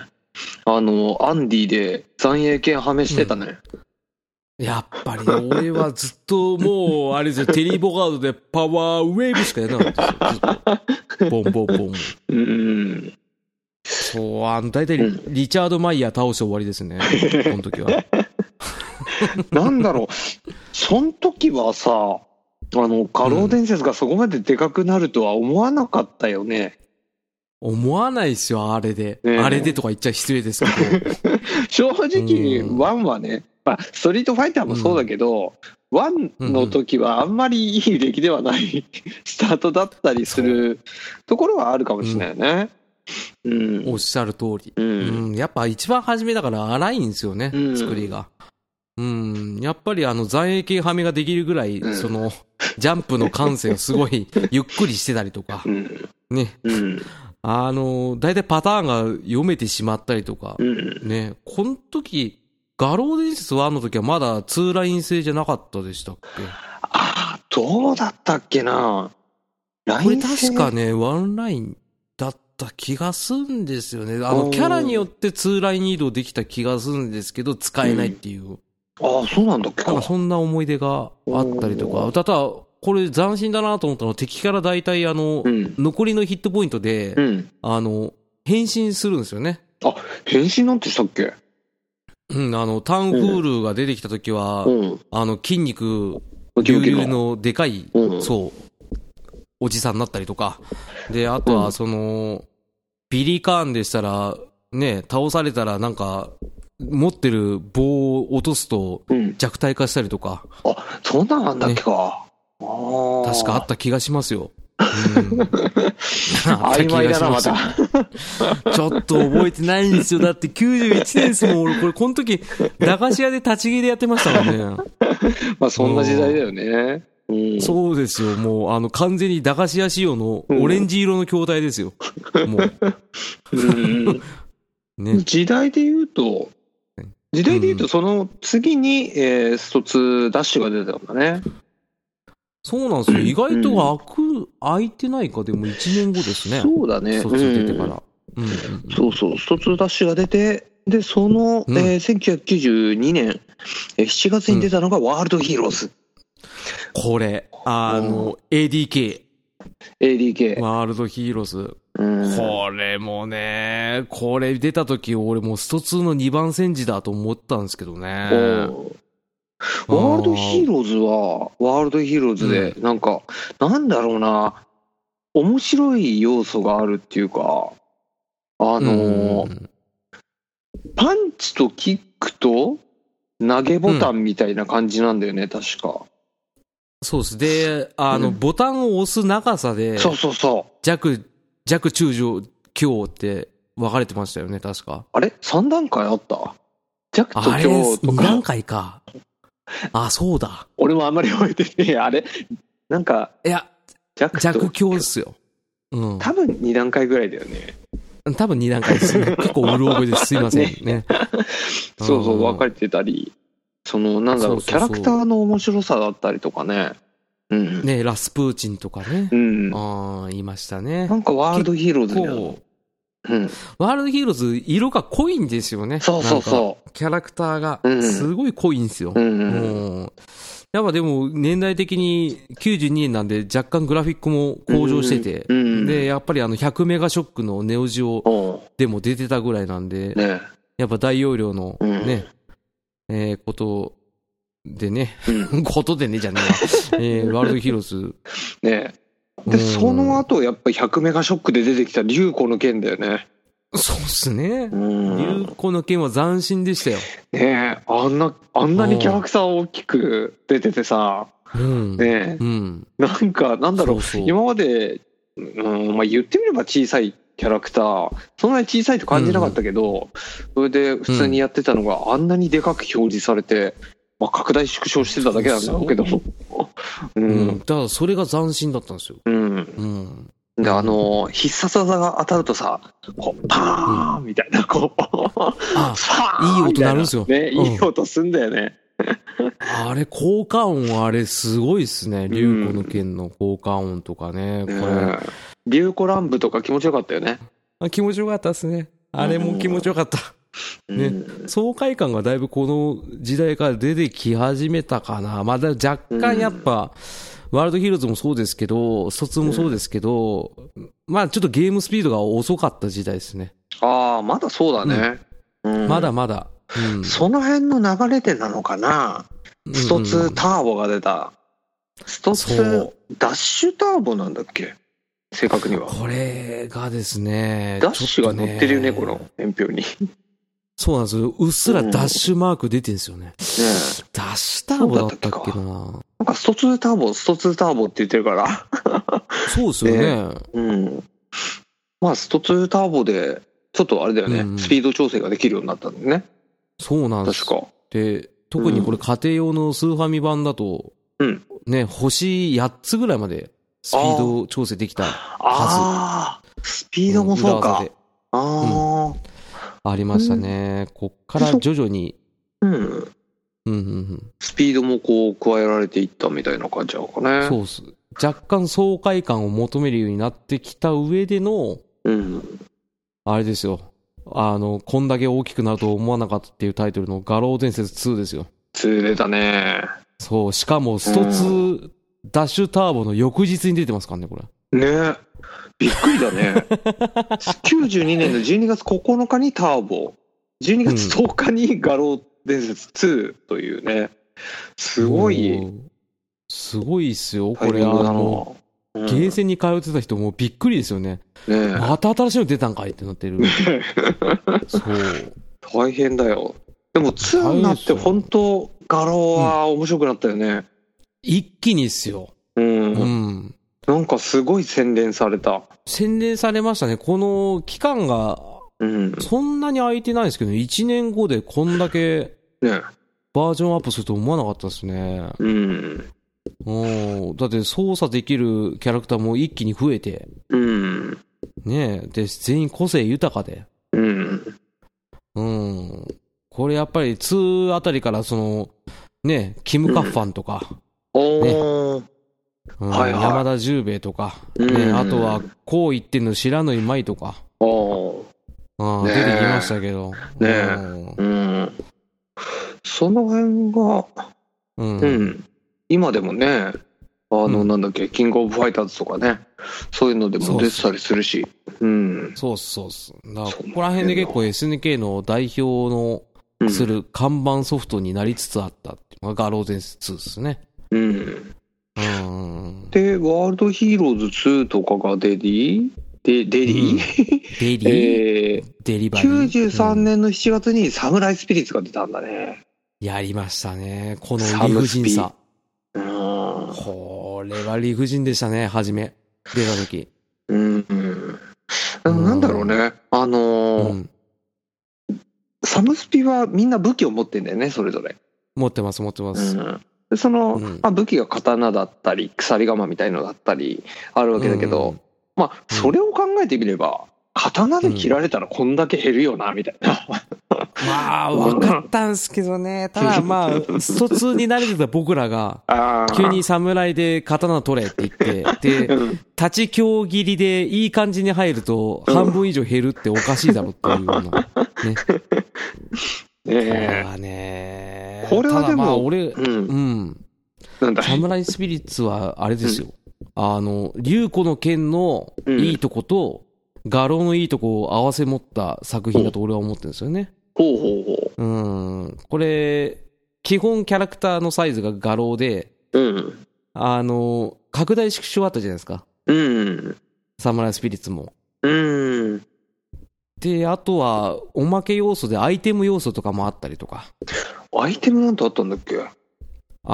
Speaker 1: あの、アンディで残影犬はめしてたね。
Speaker 2: やっぱりね、俺はずっともう、あれですよ、テリー・ボガードでパワーウェーブしかやらなかったですよずっと。ボンボンボン。
Speaker 1: うん。
Speaker 2: そう、あの、大体リ、
Speaker 1: う
Speaker 2: リチャード・マイヤー倒して終わりですね。この 時は。
Speaker 1: なんだろう、そん時はさ、あの、過労伝説がそこまででかくなるとは思わなかったよね。
Speaker 2: 思わないですよ、あれで。
Speaker 1: ねえ
Speaker 2: あれでとか言っちゃ失礼ですけど。
Speaker 1: 正直、
Speaker 2: うん
Speaker 1: ワンはね、まあ、ストリートファイターもそうだけど、ワンの時はあんまりいい出来ではない スタートだったりするところはあるかもしれないよね。うん。
Speaker 2: おっしゃる通り。
Speaker 1: う。
Speaker 2: うんん、やっぱ一番初めだから荒いんですよね、
Speaker 1: うん
Speaker 2: 作りが。うん、やっぱりあの、残影系はめができるぐらい、
Speaker 1: うん
Speaker 2: その、ジャンプの感性がすごいゆっくりしてたりとか
Speaker 1: う、ん。
Speaker 2: ね。
Speaker 1: うん。
Speaker 2: あの、大体パターンが読めてしまったりとか
Speaker 1: う、ん。
Speaker 2: ね。この時、画廊伝説1の時はまだツーライン制じゃなかったでしたっけ
Speaker 1: ああ、どうだったっけな。
Speaker 2: これ
Speaker 1: LINE
Speaker 2: 確かね、ワンラインだった気がすんですよね。あの、
Speaker 1: おー
Speaker 2: キャラによってツーライン移動できた気がするんですけど、使えないっていう。
Speaker 1: ああ、そうなんだっけ
Speaker 2: なん
Speaker 1: か
Speaker 2: か。そんな思い出があったりと
Speaker 1: お
Speaker 2: か。ただ、これ斬新だなと思ったのは敵から大体あの
Speaker 1: う、ん。
Speaker 2: 残りのヒットポイントで
Speaker 1: う、ん。
Speaker 2: あの、変身するんですよね。
Speaker 1: 変身なんてしたっけ
Speaker 2: うん、あの、タンフールが出てきた時は
Speaker 1: う、ん。
Speaker 2: あの、筋肉、
Speaker 1: ウキ
Speaker 2: 隆
Speaker 1: ウキ
Speaker 2: 々
Speaker 1: の。
Speaker 2: のでかい
Speaker 1: うん。
Speaker 2: そう。おじさんになったりとか。で、あと
Speaker 1: う
Speaker 2: は、
Speaker 1: ん
Speaker 2: その、ビリー・カーンでしたら、ね、倒されたらなんか、持ってる棒を落とすと
Speaker 1: うん。
Speaker 2: 弱体化したりとか、
Speaker 1: あ、そんなんあんだっけか。ああ。
Speaker 2: 確かあった気がしま すよ。うん、あった
Speaker 1: 曖
Speaker 2: 気
Speaker 1: 昧
Speaker 2: が
Speaker 1: だ
Speaker 2: し
Speaker 1: な、
Speaker 2: ま
Speaker 1: ます
Speaker 2: よ
Speaker 1: た。
Speaker 2: ちょっと覚えてないんですよ。だって91年ですもん。俺、これ、この時、駄菓子屋で立ち食いでやってましたもんね。
Speaker 1: まあ、そんな時代だよね。うん。
Speaker 2: そうですよ。もう、あの、完全に駄菓子屋仕様のオレンジ色の筐体ですよ。もう、
Speaker 1: うん。
Speaker 2: ね。
Speaker 1: 時代で言うと、時代で言う
Speaker 2: う
Speaker 1: と、その次に、えー、ストツダッシュが出たんだね。
Speaker 2: そうなんですよ。意外と開く、開いてないか、でも1年後ですね。
Speaker 1: そうだね。
Speaker 2: 卒業出て
Speaker 1: うん
Speaker 2: から。うん。
Speaker 1: そうそう、スト2ダッシュが出て、で、その、
Speaker 2: うん
Speaker 1: えー1992年、えー7月に出たのがワールドヒーローズ、
Speaker 2: これ、あの、ADK、
Speaker 1: ADK。
Speaker 2: ワールドヒーローズ。
Speaker 1: うん
Speaker 2: これもね、これ出た時、俺もうスト2の2番戦時だと思ったんですけどね。
Speaker 1: おうワールドヒーローズは、ワールドヒーローズで、なんか、なんだろうな、面白い要素があるっていうか、あのー
Speaker 2: うん
Speaker 1: パンチとキックと投げボタンみたいな感じなんだよね、確か。
Speaker 2: そうです。で、あの、
Speaker 1: うん
Speaker 2: ボタンを押す長さで、
Speaker 1: そうそうそう。
Speaker 2: 弱、弱中上強って分かれてましたよね、確か。
Speaker 1: あれ ?3 段階あった弱と
Speaker 2: あれ、
Speaker 1: 強と
Speaker 2: 2
Speaker 1: か
Speaker 2: 段。階か。あ、そうだ。
Speaker 1: 俺もあんまり覚えてねえや。あれなんか、
Speaker 2: いや、
Speaker 1: 弱と
Speaker 2: 弱強っすよ。うん。
Speaker 1: 多分2段階ぐらいだよね。
Speaker 2: 多分2段階で すね。結構うる覚えです。すいませんね。
Speaker 1: そうそう、
Speaker 2: ん
Speaker 1: 分かれてたり、その、なんだろう、
Speaker 2: そうそうそう
Speaker 1: キャラクターの面白さだったりとかね。うん。
Speaker 2: ね、ラスプーチンとかね
Speaker 1: う。ん。な
Speaker 2: ああ、言いましたね。
Speaker 1: んかワールドヒーローズだよ
Speaker 2: こう、
Speaker 1: うん。
Speaker 2: ワールドヒーローズ、色が濃いんですよね。
Speaker 1: そうそうそ
Speaker 2: なんかキャラクターが
Speaker 1: う、ん
Speaker 2: すごい濃いんですよ。
Speaker 1: う。うんうん。
Speaker 2: うんやっぱでも、年代的に92年なんで、若干グラフィックも向上してて
Speaker 1: うんうんうん、
Speaker 2: で、やっぱりあの、100メガショックのネオジオ
Speaker 1: おう
Speaker 2: でも出てたぐらいなんで、
Speaker 1: ね
Speaker 2: やっぱ大容量の
Speaker 1: うん
Speaker 2: ね、えーことでね、
Speaker 1: うん。
Speaker 2: ことでねじゃねえわえーワールドヒーローズ。
Speaker 1: ね
Speaker 2: う
Speaker 1: で、
Speaker 2: ん
Speaker 1: その後、やっぱり100メガショックで出てきた竜子の剣だよね。
Speaker 2: そうっすね。
Speaker 1: うん
Speaker 2: 有。効の件は斬新でしたよ。
Speaker 1: ねえ、あんな、あんなにキャラクター大きく出ててさ、
Speaker 2: うん。
Speaker 1: ね
Speaker 2: うん。
Speaker 1: え、 なんか、なんだろう、
Speaker 2: そうそう
Speaker 1: 今まで、うんまあ、言ってみれば小さいキャラクターそんなに小さいと感じなかったけど、それで普通にやってたのがあんなにでかく表示されて、まあ、拡大縮小してただけなんだろうけど う
Speaker 2: うん。
Speaker 1: ん、
Speaker 2: だからそれが斬新だったんですよ。
Speaker 1: うん、
Speaker 2: うん。
Speaker 1: であの必殺技が当たるとさこうパーンみたいなこう
Speaker 2: あ、
Speaker 1: さ
Speaker 2: いい音
Speaker 1: みた
Speaker 2: 鳴るんすよ
Speaker 1: ね
Speaker 2: うん
Speaker 1: いい音すんだよね、
Speaker 2: あれ、効果音あれすごいっすね。竜子の件の効果音とかね。こ
Speaker 1: う
Speaker 2: れ、
Speaker 1: ん、竜子乱舞とか気持ちよかったよね
Speaker 2: あ気持ちよかったっすね。あれも気持ちよかった。ね
Speaker 1: うん
Speaker 2: 爽快感がだいぶこの時代から出てき始めたかな。まあ、だ若干やっぱ、ワールドヒーローズもそうですけど、卒もそうですけど、まあちょっとゲームスピードが遅かった時代ですね。
Speaker 1: ああまだそうだね、うん
Speaker 2: まだまだ。うん
Speaker 1: その辺の流れでなのかな、スト
Speaker 2: うんうん
Speaker 1: 2ターボが出た。スト
Speaker 2: そう
Speaker 1: 2ダッシュターボなんだっけ正確には。
Speaker 2: これがですね。
Speaker 1: ダッシュが
Speaker 2: ち
Speaker 1: 乗
Speaker 2: ょと
Speaker 1: ってるよね、この。年表に。ね
Speaker 2: そうなんですよ。うっすらダッシュマーク出てるんですよね。
Speaker 1: え
Speaker 2: ダッシュターボだったっけな。
Speaker 1: なんかスト2ターボ、スト2ターボって言ってるから。
Speaker 2: そうですよね。
Speaker 1: うん。まあ、スト2ターボで、ちょっとあれだよね、
Speaker 2: うんうん
Speaker 1: スピード調整ができるようになったんだよね。
Speaker 2: そうなんです
Speaker 1: 確か。
Speaker 2: で、特にこれ家庭用のスーファミ版だと、
Speaker 1: うん
Speaker 2: ね、星8つぐらいまでスピード調整できた。
Speaker 1: ああ、スピードもそうか
Speaker 2: ん裏技。で
Speaker 1: あ
Speaker 2: ありましたね。こっから徐々に、
Speaker 1: あ、うん。
Speaker 2: うんうん
Speaker 1: スピードもこう、加えられていったみたいな感じなのか
Speaker 2: う
Speaker 1: ね。
Speaker 2: ん。そうっす。若干爽快感を求めるようになってきた上での、
Speaker 1: うん。
Speaker 2: あれですよ。あの、こんだけ大きくなると思わなかったっていうタイトルの画廊伝説2ですよ。
Speaker 1: 釣れたね。
Speaker 2: そう、しかもスト2ダッシュターボの翌日に出てますからね、これ。
Speaker 1: ねびっくりだ ね92年の12月9日にターボ12月10日に画廊伝説2というねすごい
Speaker 2: もう。すごいっすよ、
Speaker 1: タイ
Speaker 2: こ
Speaker 1: ミング
Speaker 2: れ。あ
Speaker 1: だな、
Speaker 2: の、
Speaker 1: うん
Speaker 2: ゲーセンに通ってた人もびっくりですよね。
Speaker 1: ね
Speaker 2: また新しいの出たんかいって なってる。そう。
Speaker 1: 大変だよでも2になって本当画廊は面白くなったよね
Speaker 2: 一気にっすよ。
Speaker 1: うん、
Speaker 2: うん。
Speaker 1: なんかすごい洗練された
Speaker 2: 洗練されましたね。この期間が、
Speaker 1: うん
Speaker 2: そんなに空いてないですけど、1年後でこんだけ
Speaker 1: ね
Speaker 2: バージョンアップすると思わなかったですね。
Speaker 1: うん
Speaker 2: うん。だって操作できるキャラクターも一気に増えて、
Speaker 1: うん
Speaker 2: ねえ。で、全員個性豊かで。
Speaker 1: うん
Speaker 2: うん。これやっぱり2あたりからその、ね、キム・カッファンとか、
Speaker 1: おー、
Speaker 2: うん
Speaker 1: はいはい
Speaker 2: 山田十兵衛とか、
Speaker 1: うん
Speaker 2: ね、あとはこう言ってんの知らぬいまいとか、
Speaker 1: おー
Speaker 2: うん
Speaker 1: ねえ
Speaker 2: 出てきましたけど。
Speaker 1: ねえ
Speaker 2: うん
Speaker 1: うんその辺が
Speaker 2: うん
Speaker 1: うん、今でもね、あ
Speaker 2: う
Speaker 1: の、
Speaker 2: ん
Speaker 1: なんだっけ、キングオブファイターズとかね、そういうのでも出てたりするし、うん。
Speaker 2: そうっすそうっす。だから
Speaker 1: そう
Speaker 2: ここら辺で結構 SNK の代表のする看板ソフトになりつつあったっていがガローゼンス2ですね。
Speaker 1: うん。
Speaker 2: うん。
Speaker 1: で、ワールドヒーローズ2とかがデリで、デリ、
Speaker 2: デリ、
Speaker 1: え
Speaker 2: デリ
Speaker 1: ー、
Speaker 2: バリー。
Speaker 1: 93
Speaker 2: うん
Speaker 1: 年の7月にサムライスピリッツが出たんだね。
Speaker 2: やりましたね。この
Speaker 1: サ
Speaker 2: 理
Speaker 1: ム
Speaker 2: 不
Speaker 1: スピ
Speaker 2: 尽さ。
Speaker 1: うん。
Speaker 2: これは理不尽でしたね、初め。出た時。
Speaker 1: うん。うんなんだろうね。あのー
Speaker 2: うん。
Speaker 1: サムスピはみんな武器を持ってんだよね、それぞれ。
Speaker 2: 持ってます、持ってます。
Speaker 1: うんでその、
Speaker 2: うん
Speaker 1: まあ、武器が刀だったり鎖鎌みたいのだったりあるわけだけど、
Speaker 2: うん
Speaker 1: まあ
Speaker 2: うん
Speaker 1: それを考えてみれば刀で切られたらこんだけ減るよなみたいな、
Speaker 2: まあ、わかったんすけどね。ただま あ、疎通に慣れてた僕らが、
Speaker 1: あー
Speaker 2: 急に侍で刀取れって言って、で、
Speaker 1: うん
Speaker 2: 立ち強切りでいい感じに入ると、半分以上減るっておかしいだろってい うような。ね。これ
Speaker 1: ね
Speaker 2: はね。
Speaker 1: これはでも
Speaker 2: ただまあ、俺
Speaker 1: え、う
Speaker 2: うんん。
Speaker 1: なんだ
Speaker 2: サムライスピリッツは、あれですよ。あの、竜子の剣のいいとこと、画廊のいいとこを合わせ持った作品だと俺は思ってるんですよね。
Speaker 1: ほうほうほ
Speaker 2: うん。これ、基本キャラクターのサイズが画廊で、
Speaker 1: ううん
Speaker 2: あの、拡大縮小あったじゃないですか。
Speaker 1: うん
Speaker 2: サムライスピリッツも。
Speaker 1: うん
Speaker 2: で、あとは、おまけ要素でアイテム要素とかもあったりとか。
Speaker 1: アイテムなんてあったんだっけあ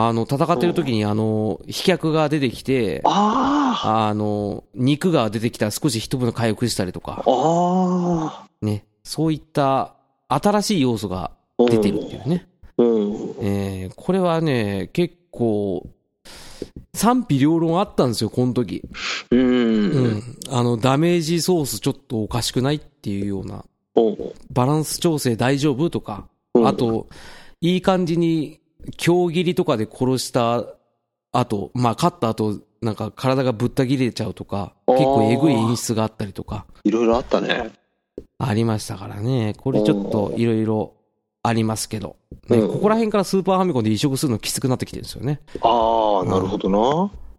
Speaker 2: あの、戦ってる時に、あの、飛脚が出てきて、
Speaker 1: あ
Speaker 2: あの、肉が出てきたら少し一部の回復したりとか
Speaker 1: あ。あ
Speaker 2: ね、そういった新しい要素が
Speaker 1: ー
Speaker 2: 出てるっていうね。
Speaker 1: うん
Speaker 2: えーこれはね、結構、賛否両論あったんですよ、この時。
Speaker 1: うん
Speaker 2: う
Speaker 1: うん
Speaker 2: ん。 あの、ダメージソースちょっとおかしくないっていうような、
Speaker 1: ほうほ
Speaker 2: バランス調整大丈夫とか、
Speaker 1: う
Speaker 2: あと、いい感じに、強切りとかで殺した後、まあ、勝った後、なんか体がぶった切れちゃうとか、結構えぐい演出があったりとか、
Speaker 1: いろいろあったね
Speaker 2: ありましたからね。これちょっといろいろありますけど。ね、
Speaker 1: うん
Speaker 2: ここら辺からスーパーファミコンで移植するのきつくなってきてるんですよね。
Speaker 1: ああなるほどな、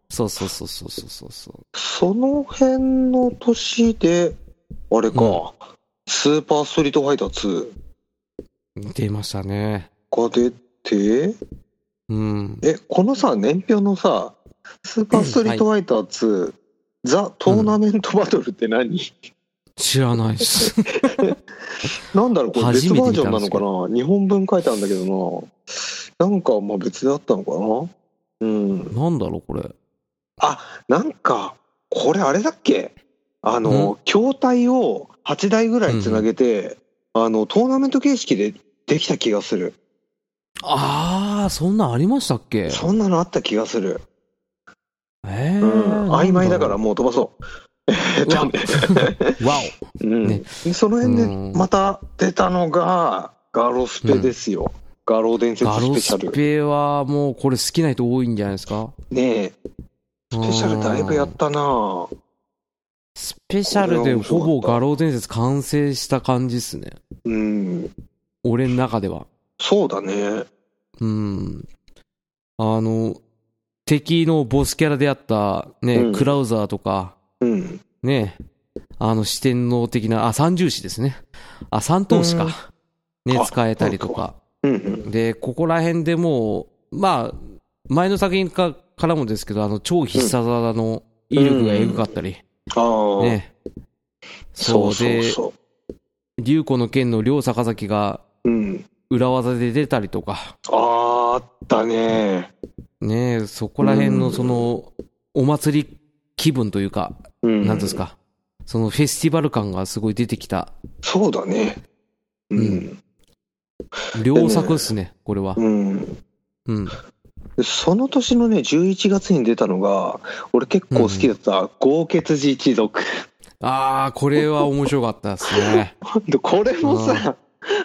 Speaker 2: そうそうそうそうそうそう。
Speaker 1: その辺の年で、あれか、
Speaker 2: うん
Speaker 1: スーパーストリートファイター
Speaker 2: 出ましたね。
Speaker 1: 2が出て、
Speaker 2: うん。
Speaker 1: え、このさ、年表のさ、スーパーストリートファイター2、ザ・トーナメントバトルって何、
Speaker 2: 知らないです。
Speaker 1: なんだろう、これ
Speaker 2: 初
Speaker 1: 別
Speaker 2: め
Speaker 1: バー
Speaker 2: て見
Speaker 1: ジ
Speaker 2: た
Speaker 1: ョン
Speaker 2: ん
Speaker 1: なの
Speaker 2: ですけど
Speaker 1: かな日本文書いてあるんだけどな。なんか、まあ別であったのかなうん。
Speaker 2: なんだろう、これ。
Speaker 1: なんか、これあれだっけあの、筐体を8台ぐらいつなげて、あの、トーナメント形式でできた気がする。
Speaker 2: あー、そんなんありましたっけ
Speaker 1: そんなのあった気がする。
Speaker 2: えー。
Speaker 1: うん、曖昧だから
Speaker 2: も
Speaker 1: もう飛ばそう。えーっとね
Speaker 2: う。わ
Speaker 1: うん
Speaker 2: ね
Speaker 1: その辺
Speaker 2: うん
Speaker 1: でまた出たのが、ガロスペですよ。ガロ伝
Speaker 2: お。
Speaker 1: 説
Speaker 2: ガ
Speaker 1: ス
Speaker 2: ロ
Speaker 1: ペシ
Speaker 2: ス
Speaker 1: ャル。
Speaker 2: ペはもうこれ好きな人多いんじゃないですか
Speaker 1: ねえ、ス
Speaker 2: ス
Speaker 1: ペシャルだいぶやったな
Speaker 2: スペシャルでほぼ画廊伝説完成した感じっすね。
Speaker 1: うん、
Speaker 2: 俺の中では。
Speaker 1: そうだね。
Speaker 2: うん。あの、敵のボスキャラであった、ね、
Speaker 1: うん
Speaker 2: クラウザーとか、
Speaker 1: うん。
Speaker 2: ね、あの四天王的な、あ、三重士ですね。あ、三頭士か。ね
Speaker 1: あ、
Speaker 2: 使えたりとか。
Speaker 1: うんうん。
Speaker 2: で、ここら辺でもう、まあ、前の作品かからもですけど、あの、超必殺技の威力がエグかったり、
Speaker 1: ああ、
Speaker 2: ね。
Speaker 1: そ
Speaker 2: そう
Speaker 1: うそう
Speaker 2: で、
Speaker 1: そ
Speaker 2: 竜子の剣の両坂崎が
Speaker 1: う。うん。
Speaker 2: 裏技で出たりとか。
Speaker 1: ああ、あったね。
Speaker 2: ねえ、そこら辺
Speaker 1: う
Speaker 2: の
Speaker 1: ん
Speaker 2: その、お祭り気分というか、
Speaker 1: うん。
Speaker 2: なんていうんですか、そのフェスティバル感がすごい出てきた、
Speaker 1: そうだね。うん。
Speaker 2: 良作ですね、これは。
Speaker 1: うん。
Speaker 2: うん。
Speaker 1: その年のね、11月に出たのが、俺結構好きだった、豪傑寺一族。
Speaker 2: ああ、これは面白かったですね。
Speaker 1: でこれもさ、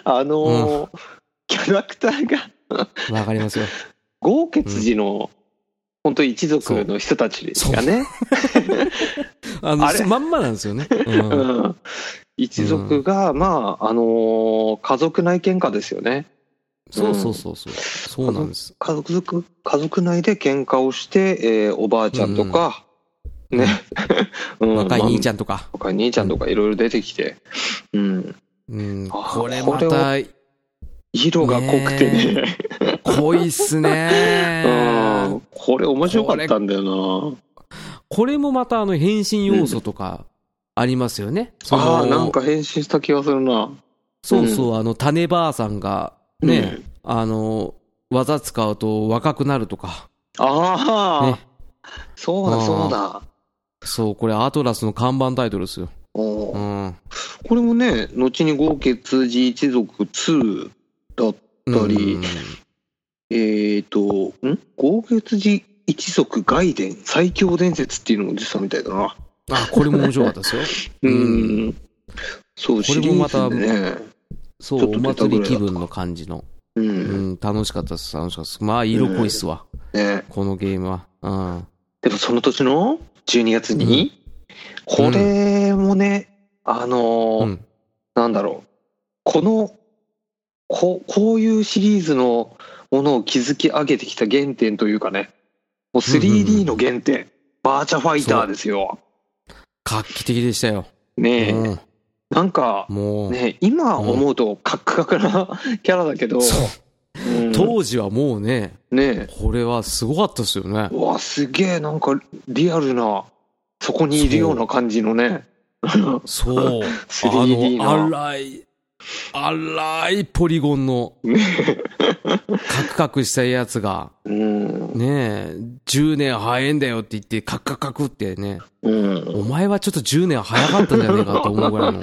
Speaker 1: あのーキャラクターが、
Speaker 2: わかりますよ。
Speaker 1: 豪傑寺の、本当一族の人たちがね、
Speaker 2: あの、
Speaker 1: あれ
Speaker 2: まんまなんですよね。うん。
Speaker 1: うん一族が、まあ、あのー家族内喧嘩ですよね。
Speaker 2: そうそうそうそう。そうなんです。
Speaker 1: 家族、家族内で喧嘩をして、えーおばあちゃんとか、ね、 うん
Speaker 2: 若い兄ち
Speaker 1: ゃん。
Speaker 2: ゃんとか。
Speaker 1: 若い兄ちゃんとかいろいろ出てきて、うん。
Speaker 2: うん。
Speaker 1: あ
Speaker 2: これまた、
Speaker 1: 色が濃くてね。
Speaker 2: 濃いっすね。
Speaker 1: うん。これ面白かったんだよ
Speaker 2: これもまたあの変身要素とかありますよね。
Speaker 1: な。
Speaker 2: その
Speaker 1: ああ、なんか変身した気がするな。
Speaker 2: そうそう、あの、種ばあさんがね、あの、技使うと若くなるとか。
Speaker 1: ああ、
Speaker 2: ね。
Speaker 1: そうだ
Speaker 2: あー
Speaker 1: そうだ。
Speaker 2: そう、これアトラスの看板タイトルですよ。
Speaker 1: お
Speaker 2: う
Speaker 1: ー
Speaker 2: ん。
Speaker 1: これもね、後に豪華通じ一族2だっ
Speaker 2: うん
Speaker 1: りえーと、ん豪月寺一族外伝最強伝説っていうのも出てたみたいだな。
Speaker 2: あ、これも面白かったですよ。
Speaker 1: う
Speaker 2: うん
Speaker 1: ん。そう、
Speaker 2: こ
Speaker 1: シ
Speaker 2: れ
Speaker 1: リ
Speaker 2: もま
Speaker 1: ー
Speaker 2: た
Speaker 1: ズでね。
Speaker 2: そ
Speaker 1: ちょっ
Speaker 2: う、
Speaker 1: と
Speaker 2: お
Speaker 1: 出たぐ
Speaker 2: 祭
Speaker 1: らいだ
Speaker 2: り
Speaker 1: った
Speaker 2: 気分の感じの。
Speaker 1: う。
Speaker 2: うんん、楽しかったです、楽しかったです。まあ、色濃いっすわ、
Speaker 1: ね。
Speaker 2: このゲームは。うん。
Speaker 1: でもその年の12月に、これもね、あの
Speaker 2: う
Speaker 1: ー、
Speaker 2: ん。
Speaker 1: なんだろう。この、ここういうシリーズのものを築き上げてきた原点というかね、もう
Speaker 2: うんうんう
Speaker 1: 3D
Speaker 2: ん
Speaker 1: の原点、バーチャファイターですよ。
Speaker 2: 画期的でしたよ。
Speaker 1: ねえ、
Speaker 2: うん。
Speaker 1: なんか、
Speaker 2: もう、
Speaker 1: ね、今思うとカクカクなキャラだけど、
Speaker 2: そう。
Speaker 1: うん
Speaker 2: 当時はもうね、
Speaker 1: ね
Speaker 2: これはすごかったですよね。
Speaker 1: うわすげえなんかリアルなそこにいるような感じのね
Speaker 2: そう。あ
Speaker 1: 3D の
Speaker 2: の、荒い、荒いポリゴンの、カクカクしたやつが、
Speaker 1: うん
Speaker 2: ねえ、10年早いんだよって言って、カクカクカクってね、
Speaker 1: うん
Speaker 2: お前はちょっと10年早かったんじゃねえかと思うぐらいの。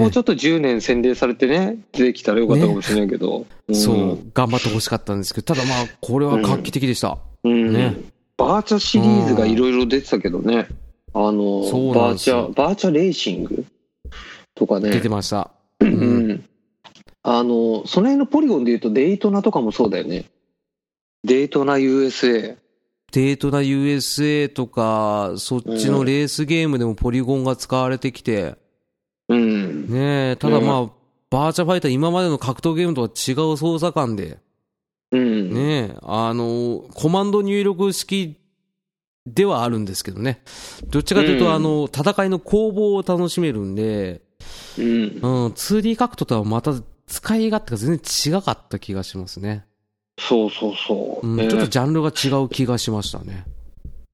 Speaker 1: もうちょっと10年洗礼されてね出てきたらよかったかもしれないけど、ん
Speaker 2: そう、頑張ってほしかったんですけど、ただまあ、これは画期的でした。
Speaker 1: うん
Speaker 2: ね
Speaker 1: バーチャシリーズがいろいろ出てたけどねあの
Speaker 2: そうな
Speaker 1: バ
Speaker 2: ん
Speaker 1: ー
Speaker 2: です
Speaker 1: チ
Speaker 2: よ
Speaker 1: ャバーチャレーシングとかね
Speaker 2: 出てました。
Speaker 1: うんあの、その辺のポリゴンで言うと、デイトナとかもそうだよね。デイトナ USA。
Speaker 2: デートな USA とか、そっちのレースゲームでもポリゴンが使われてきて、
Speaker 1: うん。
Speaker 2: ねえ、ただまあ、バーチャファイター今までの格闘ゲームとは違う操作感で、
Speaker 1: うん。
Speaker 2: ねえ、あの、コマンド入力式ではあるんですけどね。どっちかという
Speaker 1: うん
Speaker 2: と、あの、戦いの攻防を楽しめるんで、
Speaker 1: うん
Speaker 2: う。ん、2D 格闘とはまた使い勝手が全然違かった気がしますね。
Speaker 1: そうそうそう。
Speaker 2: うん、
Speaker 1: ね
Speaker 2: ちょっとジャンルが違う気がしましたね。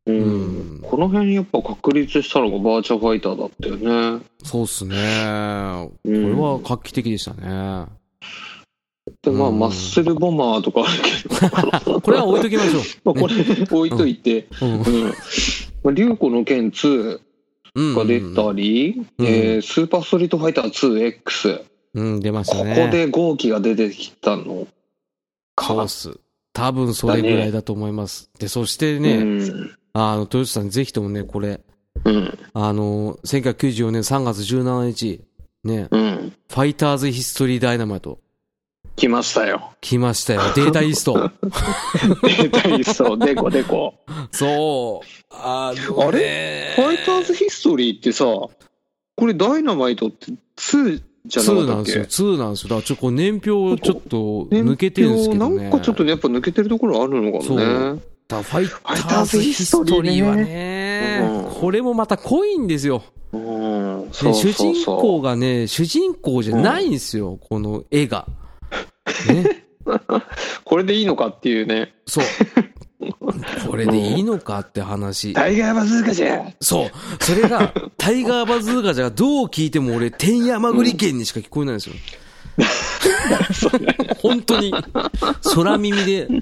Speaker 1: うんこの辺やっぱ確立したのがバーチャファイターだったよね。
Speaker 2: そうっすね。
Speaker 1: う
Speaker 2: これ
Speaker 1: ん、
Speaker 2: は画期的でしたね。
Speaker 1: で、まあ、
Speaker 2: うん
Speaker 1: マッスルボマーとかあるけ ど。
Speaker 2: これは置いときましょ
Speaker 1: まあこれ置いといて。
Speaker 2: う。うん
Speaker 1: う。ん。まあ、竜子の剣2
Speaker 2: うん
Speaker 1: が出たり、
Speaker 2: うん
Speaker 1: えースーパーストリートファイター 2X。
Speaker 2: うん、出まし
Speaker 1: こ
Speaker 2: た
Speaker 1: こ
Speaker 2: ね。
Speaker 1: で豪気が出てきたのか
Speaker 2: そうっす。多分それぐらいだと思います。で、そしてね、
Speaker 1: うん
Speaker 2: あの、豊洲さんぜひともね、これ、
Speaker 1: うん
Speaker 2: あの、1994年3月17日、ね、
Speaker 1: うん
Speaker 2: ファイターズヒストリーダイナマイト、
Speaker 1: 来ましたよ
Speaker 2: 来 ましたよ。データイースト。
Speaker 1: 大層デコデコ
Speaker 2: そう。あ
Speaker 1: あ
Speaker 2: れ
Speaker 1: ファイターズヒストリーってさこれダイナマイトって2じゃな
Speaker 2: ?2 な
Speaker 1: か
Speaker 2: ん
Speaker 1: っ
Speaker 2: です
Speaker 1: た
Speaker 2: よ。
Speaker 1: っけ
Speaker 2: 2なんですよ。だからちょっとこう年表をちょっと抜けてるんですけどね。
Speaker 1: なんかちょっとねやっぱ抜けてるところあるのかもね
Speaker 2: だからファイターズヒストリーはね、
Speaker 1: うん
Speaker 2: これもまた濃いんですよ。
Speaker 1: うんそ
Speaker 2: ね
Speaker 1: うそうそう
Speaker 2: 主人公がね、主人公じゃないんですよ、この絵が。ね、
Speaker 1: これでいいのかっていうね
Speaker 2: そう。これでいいのかって話。
Speaker 1: タイガーバズーカじゃん
Speaker 2: そう。それが、タイガーバズーガじゃどう聞いても俺、天山栗県にしか聞こえない んですよ。本当に、空耳で、ね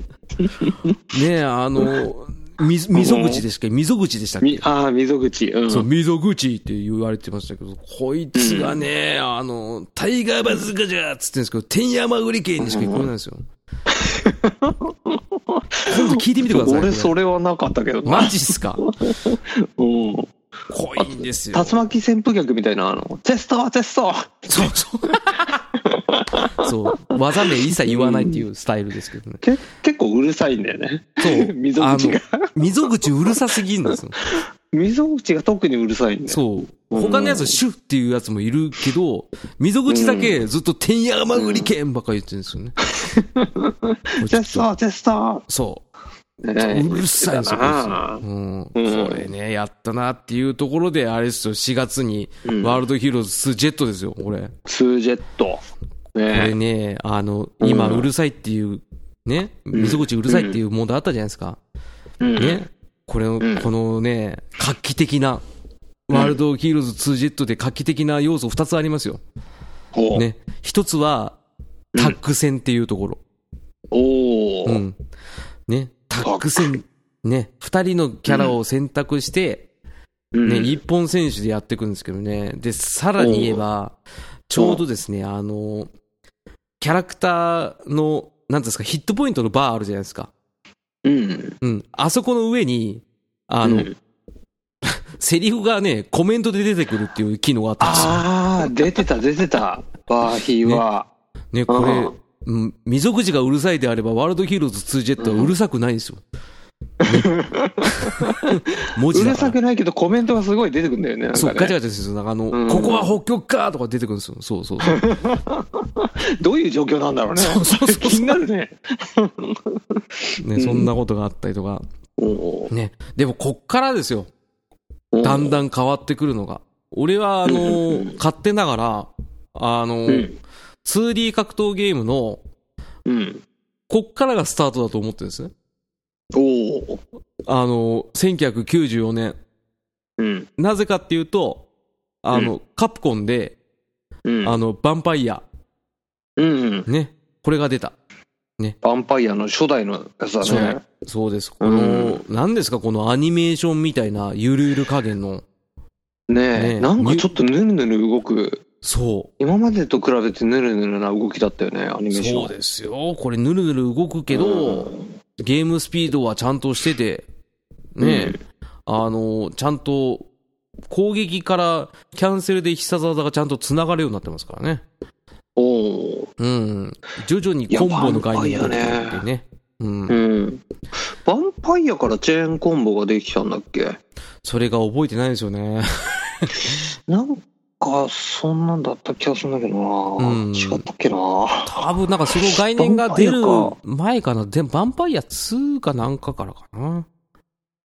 Speaker 2: え、あの、み、溝口でしか、溝口でしたっけ
Speaker 1: みああ溝口うん
Speaker 2: そう、溝口って言われてましたけど、こいつがね、あの、タイガーバズーカじゃーっつってんですけど、天山売り券にしか聞こえない んですよ。今度聞いてみてください。
Speaker 1: 俺
Speaker 2: こ
Speaker 1: それはなかったけど
Speaker 2: れマジっすか
Speaker 1: うん
Speaker 2: 濃いんですよ。
Speaker 1: 竜巻旋風脚みたいなあのテストテスト
Speaker 2: そう そう。そう、技名一切言わないっていうスタイルですけどね。
Speaker 1: け結構うるさいんだよね。
Speaker 2: そう。
Speaker 1: 溝口が。
Speaker 2: あの。溝口うるさすぎるんですよ。
Speaker 1: 溝口が特にうるさいんだよ。
Speaker 2: そう。他のやつはシュッっていうやつもいるけど、溝口だけずっと天山売り券ばっかり言ってるん ですよね。
Speaker 1: テストテスト
Speaker 2: そう。
Speaker 1: う
Speaker 2: うるさいんですよ、こいつ
Speaker 1: な
Speaker 2: うん
Speaker 1: うん
Speaker 2: これね、やったなっていうところで、あれですよ、4月に、
Speaker 1: うん
Speaker 2: ワールドヒーローズ2ジェットですよ、これ。こ
Speaker 1: ツージェット。ね
Speaker 2: れね、あの、
Speaker 1: ん
Speaker 2: 今、うるさいっていうね、溝口うるさいっていう問題あったじゃないですか。
Speaker 1: うん
Speaker 2: ね、これを、
Speaker 1: ん
Speaker 2: このね、画期的な、ワールドヒーローズ 2Z で画期的な要素2つありますよ。
Speaker 1: ほう
Speaker 2: ね。一つは、
Speaker 1: ん
Speaker 2: タッグ戦っていうところ。
Speaker 1: お
Speaker 2: う
Speaker 1: ー
Speaker 2: ん。ね。タッグ戦。ね。二人のキャラを選択して、
Speaker 1: うん
Speaker 2: ね、一本選手でやっていくんですけどね。で、さらに言えば、ちょうどですね、あの、キャラクターの、なんていうんですか、ヒットポイントのバーあるじゃないですか。
Speaker 1: うん
Speaker 2: うん。あそこの上に、あ
Speaker 1: あ
Speaker 2: の、セリフがね、コメントで出てくるっていう機能があったんですよ。
Speaker 1: あー出てた出てたバーヒーは、
Speaker 2: ね、こ
Speaker 1: あ
Speaker 2: れ
Speaker 1: ー、
Speaker 2: うん、溝口がうるさいであれば、ワールドヒーローズ 2Z はうるさくないんですよ。 文字
Speaker 1: う
Speaker 2: だ
Speaker 1: る
Speaker 2: か
Speaker 1: さ
Speaker 2: ら。
Speaker 1: くないけどコメントがすごい出てくるんだよねなん
Speaker 2: そう、ガ
Speaker 1: か
Speaker 2: チャ
Speaker 1: ね
Speaker 2: ガチャするんですよ。なんかあの、
Speaker 1: うん
Speaker 2: ここは北極かとか出てくるんですよ。そうそうそう。
Speaker 1: どういう状況なんだろうね
Speaker 2: そうそうそう
Speaker 1: 気になるね
Speaker 2: ね、そんなことがあったりとか。
Speaker 1: おー
Speaker 2: ね。でも、こっからですよ。
Speaker 1: おー
Speaker 2: だんだん変わってくるのが。俺は、あのー勝手ながら、あの
Speaker 1: う
Speaker 2: ー
Speaker 1: ん
Speaker 2: 2D 格闘ゲームの、
Speaker 1: うん
Speaker 2: こっからがスタートだと思ってるんですね。
Speaker 1: おー
Speaker 2: あのー1994年。
Speaker 1: うん
Speaker 2: なぜかっていうと、あの、カプコンで、
Speaker 1: うん
Speaker 2: あの、ヴァンパイア、
Speaker 1: うん
Speaker 2: ね、これが出た。
Speaker 1: ヴァンパイアの初代のやつだ
Speaker 2: そう
Speaker 1: ね
Speaker 2: だそうです。この、何ですか、このアニメーションみたいな、ゆるゆる加減の。
Speaker 1: ねえ
Speaker 2: ね
Speaker 1: なんかちょっとヌルヌル動く
Speaker 2: そ
Speaker 1: 今までと比べてヌルヌルな動きだったよねアニ
Speaker 2: う。
Speaker 1: メーション
Speaker 2: そうですよ。これ、ぬるぬる動くけ
Speaker 1: う
Speaker 2: ど、
Speaker 1: ん
Speaker 2: ゲームスピードはちゃんとしてて、ね、あの、ちゃんと、攻撃からキャンセルで必殺技がちゃんと繋がるようになってますからね。
Speaker 1: おお
Speaker 2: うん。徐々にコンボの概念が出てきてね。う
Speaker 1: う。
Speaker 2: ん
Speaker 1: んヴァンパイアからチェーンコンボができたんだっけ
Speaker 2: それが覚えてないですよね。
Speaker 1: なんかそんなんだった気がするんだけどな、
Speaker 2: うん
Speaker 1: 違ったっけな
Speaker 2: 多分なんかその概念が出る
Speaker 1: ヴァンパ
Speaker 2: 前かな。で、ヴァンパイア2かなんかからかな。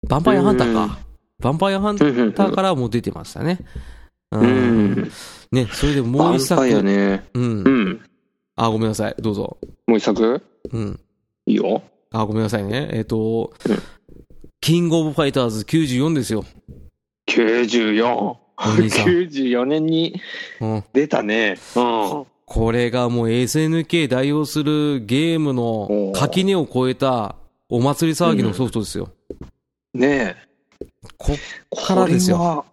Speaker 2: ヴァンパイアハンターか。ヴァンパイアハンターからもう出てましたね。う。
Speaker 1: うんん
Speaker 2: ね、それでも
Speaker 1: ヴァ
Speaker 2: う一
Speaker 1: ン
Speaker 2: 作。
Speaker 1: パイアね
Speaker 2: う。
Speaker 1: うんん
Speaker 2: あ、ごめんなさい。どうぞ。
Speaker 1: もう一作
Speaker 2: うん。
Speaker 1: いいよ
Speaker 2: あ、ごめんなさいね。えっ、と
Speaker 1: うん、
Speaker 2: キングオブファイターズ94ですよ。
Speaker 1: 94
Speaker 2: お兄さん。
Speaker 1: 94年に
Speaker 2: うん。
Speaker 1: 出たねうん
Speaker 2: これがもう SNK 代表するゲームの垣根を超えたお祭り騒ぎのソフトですよ。
Speaker 1: ねえ
Speaker 2: こ
Speaker 1: こ
Speaker 2: からですよ
Speaker 1: れは